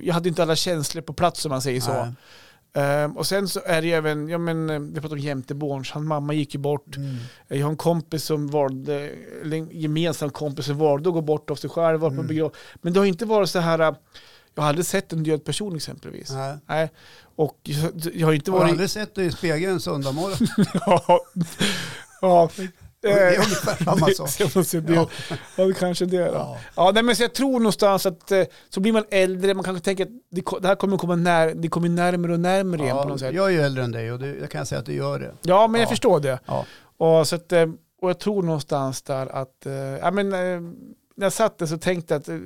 Speaker 1: jag hade inte alla känslor på plats om man säger så.
Speaker 2: Nej.
Speaker 1: Ehm, och sen så är det ju även, ja men eh, vi pratade om Jämteborns, han mamma gick ju bort.
Speaker 2: Mm.
Speaker 1: Eh, Jag har en kompis som valde, eller en gemensam kompis som valde att gå bort av sig själv. Var på
Speaker 2: Mm.
Speaker 1: begrav. Men det har inte varit så här, eh, jag har aldrig sett en död person exempelvis.
Speaker 2: Nej.
Speaker 1: Nej. Och jag, jag har inte
Speaker 2: Har du
Speaker 1: varit...
Speaker 2: aldrig sett dig i spegeln en söndag morgon?
Speaker 1: ja. ja. Eh,
Speaker 2: Det är ungefär samma sak.
Speaker 1: sak. Det,
Speaker 2: Ja.
Speaker 1: ja, det kanske är det. då.
Speaker 2: Ja.
Speaker 1: Ja, nej, men så jag tror någonstans att eh, så blir man äldre, man kanske tänker att det, ko- det här kommer komma när, det kommer närmare och närmare igen på något
Speaker 2: Ja,
Speaker 1: sätt.
Speaker 2: jag är ju äldre än dig och det, jag kan säga att du gör det.
Speaker 1: Ja, men jag
Speaker 2: Ja.
Speaker 1: förstår det.
Speaker 2: Ja.
Speaker 1: Och, så att, eh, och jag tror någonstans där att, eh, ja, men, eh, när jag satt där så tänkte jag att eh,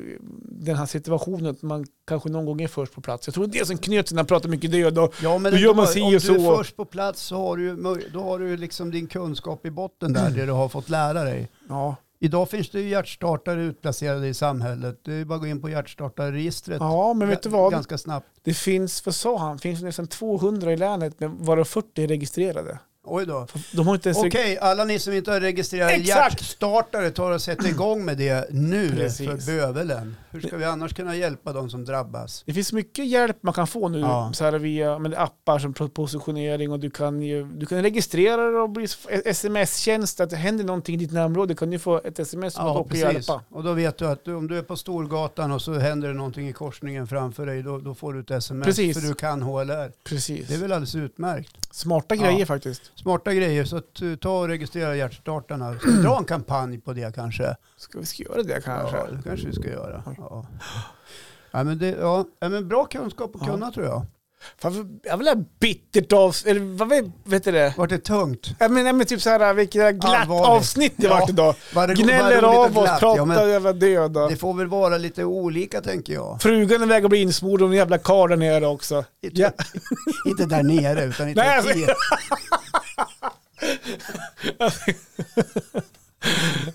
Speaker 1: den här situationen, att man kanske någon gång är först på plats. Jag tror det är det som knöt sig när jag pratar mycket död. Och,
Speaker 2: Ja, men
Speaker 1: Då gör man
Speaker 2: då-
Speaker 1: si
Speaker 2: om
Speaker 1: och
Speaker 2: du
Speaker 1: så.
Speaker 2: är först på plats så har du, ju möj- då har du ju liksom din kunskap i botten
Speaker 1: Mm.
Speaker 2: där, det du har fått lära dig.
Speaker 1: ja,
Speaker 2: Idag finns det ju hjärtstartare utplacerade i samhället. Det är ju bara att gå in på hjärtstartarregistret
Speaker 1: ja, men vet du
Speaker 2: ga-
Speaker 1: vad?
Speaker 2: ganska snabbt.
Speaker 1: Det finns, vad sa han, finns nästan 200 i länet, men varav 40 är registrerade.
Speaker 2: Oj då.
Speaker 1: De har inte ens
Speaker 2: Okej, alla ni som inte har registrerat
Speaker 1: Exakt!
Speaker 2: hjärtstartare tar och sätter igång med det nu
Speaker 1: Precis.
Speaker 2: för bövelen. Hur ska vi annars kunna hjälpa de som drabbas?
Speaker 1: Det finns mycket hjälp man kan få nu
Speaker 2: Ja.
Speaker 1: så här via men, appar som pro- positionering och du kan, ju, du kan registrera dig och bli sms-tjänst. Att det händer någonting i ditt närområde kan du få ett sms som ja, att hjälpa.
Speaker 2: Och då vet du att du, om du är på Storgatan och så händer det någonting i korsningen framför dig, då, då får du ett sms
Speaker 1: Precis.
Speaker 2: för du kan HLR.
Speaker 1: Precis.
Speaker 2: Det är väl alldeles utmärkt.
Speaker 1: Smarta
Speaker 2: Ja.
Speaker 1: grejer faktiskt.
Speaker 2: Smarta grejer, så att, eh, ta och registrera hjärtstartarna. Ska vi dra en kampanj på det kanske?
Speaker 1: Ska vi ska göra det kanske?
Speaker 2: Ja, det kanske vi ska göra. Ja. Ja, men det, ja. ja, men bra kunskap att
Speaker 1: Ja.
Speaker 2: kunna tror jag.
Speaker 1: Fan, för- jag vill ha bittert av... Eller vad vet, vet du det?
Speaker 2: Vart det tungt?
Speaker 1: Jag menar, men typ så här, vilket jävla glatt
Speaker 2: Allvarligt.
Speaker 1: avsnitt det
Speaker 2: Ja.
Speaker 1: vart idag.
Speaker 2: Var det,
Speaker 1: Gnäller
Speaker 2: var roligt och
Speaker 1: av oss,
Speaker 2: glatt? Ja, men
Speaker 1: pratar jävla död. och-
Speaker 2: det får väl vara lite olika tänker jag.
Speaker 1: Frugan är väg att bli insmord av en jävla karl där nere också. Ja.
Speaker 2: inte där nere utan i
Speaker 1: Nej, alltså-
Speaker 2: Turkiet.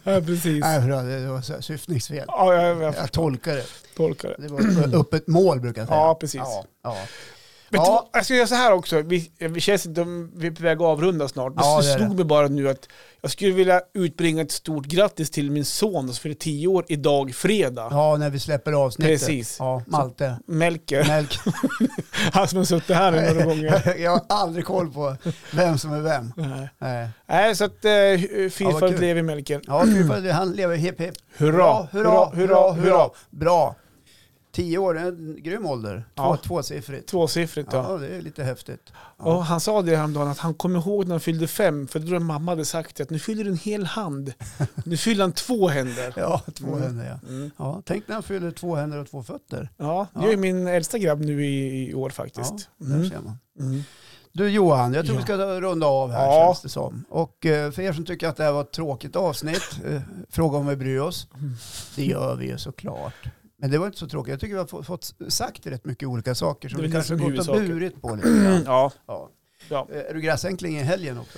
Speaker 1: Ja, precis.
Speaker 2: Nej, förlåt, det var så här syftningsfel.
Speaker 1: Ja, jag, jag
Speaker 2: Jag tolkar det.
Speaker 1: tolkar det.
Speaker 2: Det var ett öppet mål brukar jag säga.
Speaker 1: Ja, precis.
Speaker 2: Ja, ja.
Speaker 1: Vet du
Speaker 2: Ja.
Speaker 1: vad, alltså, jag ska göra så här också, vi, vi känns inte, om- vi är på väg att avrunda snart. Det
Speaker 2: Ja, det är
Speaker 1: slog
Speaker 2: det.
Speaker 1: mig bara nu att jag skulle vilja utbringa ett stort grattis till min son som fyller 10 år idag fredag.
Speaker 2: ja, när vi släpper avsnittet.
Speaker 1: Precis.
Speaker 2: Ja, Malte.
Speaker 1: Melker,
Speaker 2: Melk.
Speaker 1: han som har suttit här några gånger.
Speaker 2: jag har aldrig koll på vem som är vem.
Speaker 1: Nej.
Speaker 2: Nej.
Speaker 1: Nej, så att eh,
Speaker 2: Ja, vad
Speaker 1: fyrfaldigt
Speaker 2: kul.
Speaker 1: lever Melker.
Speaker 2: Ja, fy fan, han lever hipp hipp.
Speaker 1: Hurra,
Speaker 2: hurra, hurra, hurra.
Speaker 1: hurra.
Speaker 2: Bra. Tio år, en grym ålder. Två,
Speaker 1: Ja.
Speaker 2: Tvåsiffrigt.
Speaker 1: Tvåsiffrigt då.
Speaker 2: Ja, det är lite häftigt.
Speaker 1: Och han sa det häromdagen att han kom ihåg när han fyllde fem, för då tror jag mamma hade sagt att nu fyller du en hel hand. Nu fyller han två händer.
Speaker 2: Ja, två
Speaker 1: Mm.
Speaker 2: händer ja.
Speaker 1: Mm.
Speaker 2: ja. Tänk när han fyller två händer och två fötter.
Speaker 1: Ja, det
Speaker 2: Ja.
Speaker 1: är ju min äldsta grabb nu i, i år faktiskt.
Speaker 2: Ja, där
Speaker 1: Mm.
Speaker 2: ser man.
Speaker 1: Mm.
Speaker 2: Du Johan, jag tror
Speaker 1: Ja.
Speaker 2: vi ska ta- runda av här
Speaker 1: Ja.
Speaker 2: känns det som. Och eh, för er som tycker att det här var ett tråkigt avsnitt, eh, fråga om vi bryr oss.
Speaker 1: Mm.
Speaker 2: Det gör vi ju såklart. Men det var inte så tråkigt. Jag tycker vi har få- fått sagt rätt mycket olika saker som
Speaker 1: Det är
Speaker 2: vi
Speaker 1: väl
Speaker 2: kanske
Speaker 1: det som är
Speaker 2: gått och
Speaker 1: huvudsaken.
Speaker 2: burit på lite grann.
Speaker 1: Ja.
Speaker 2: Ja.
Speaker 1: Ja.
Speaker 2: Eh, Är du gräsänkling i helgen också?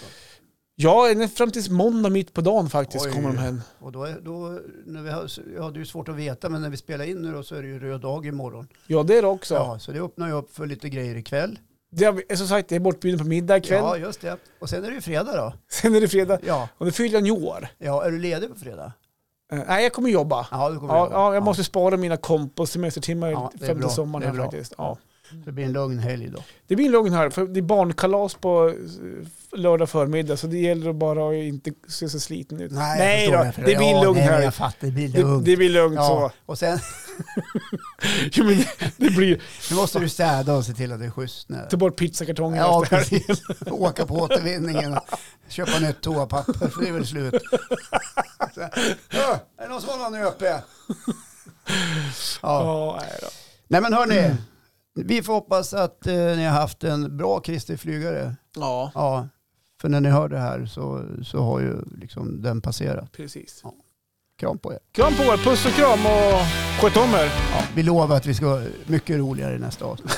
Speaker 1: Ja, nej, fram tills måndag mitt på dagen faktiskt
Speaker 2: Oj.
Speaker 1: kommer de hem.
Speaker 2: Och då, är- då när vi har, ja, det är ju svårt att veta, men när vi spelar in nu då så är det ju röd dag imorgon.
Speaker 1: Ja, det är det också.
Speaker 2: Ja, så det öppnar ju upp för lite grejer ikväll.
Speaker 1: Det är, som sagt, det är bortbjuden på middag ikväll.
Speaker 2: Ja, just det. Och sen är det ju fredag då.
Speaker 1: Sen är det fredag.
Speaker 2: Ja,
Speaker 1: Och då fyller jag en år.
Speaker 2: ja är du ledig på fredag?
Speaker 1: Eh, nej, jag kommer jobba.
Speaker 2: Ja, du kommer
Speaker 1: Ja,
Speaker 2: jobba.
Speaker 1: ja, jag måste spara mina kompos semestertimmar
Speaker 2: Ja, det är
Speaker 1: fram
Speaker 2: bra.
Speaker 1: till sommaren
Speaker 2: Det är
Speaker 1: här
Speaker 2: bra.
Speaker 1: faktiskt. Ja.
Speaker 2: Det blir en lugn helg då.
Speaker 1: Det blir en lång här, för det är barnkalas på eh, lördag förmiddag så det gäller att bara inte se så sliten ut.
Speaker 2: jag förstår, jag
Speaker 1: då,
Speaker 2: förstår.
Speaker 1: det blir en
Speaker 2: Ja,
Speaker 1: lugn
Speaker 2: nej, men
Speaker 1: här.
Speaker 2: Jag fattar, det blir
Speaker 1: Det,
Speaker 2: lugnt.
Speaker 1: det blir lugnt
Speaker 2: ja.
Speaker 1: så.
Speaker 2: Och sen
Speaker 1: Jo, men det, det blir
Speaker 2: nu måste du städa och se till att det är schysst. När...
Speaker 1: ta bort pizzakartongerna
Speaker 2: Ja,
Speaker 1: efter helgen.
Speaker 2: precis. Åka på återvinningen och köpa nytt toapapper, för det är väl slut. Så, "Hö, är det någon som har någon öppe? Ja.
Speaker 1: Ja, nej då.
Speaker 2: Nej men hörni, vi får hoppas att eh, ni har haft en bra Kristi flygare.
Speaker 1: ja,
Speaker 2: Ja, för när ni hör det här så, så har ju liksom den passerat.
Speaker 1: precis.
Speaker 2: Kram på er.
Speaker 1: Kram på er, puss och kram och sköt om er.
Speaker 2: Ja, vi lovar att vi ska vara mycket roligare i nästa avsnitt.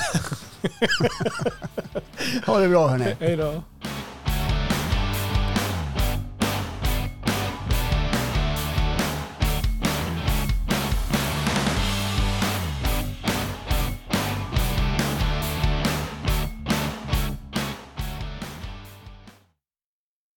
Speaker 2: ha det bra hörni.
Speaker 1: Hej då.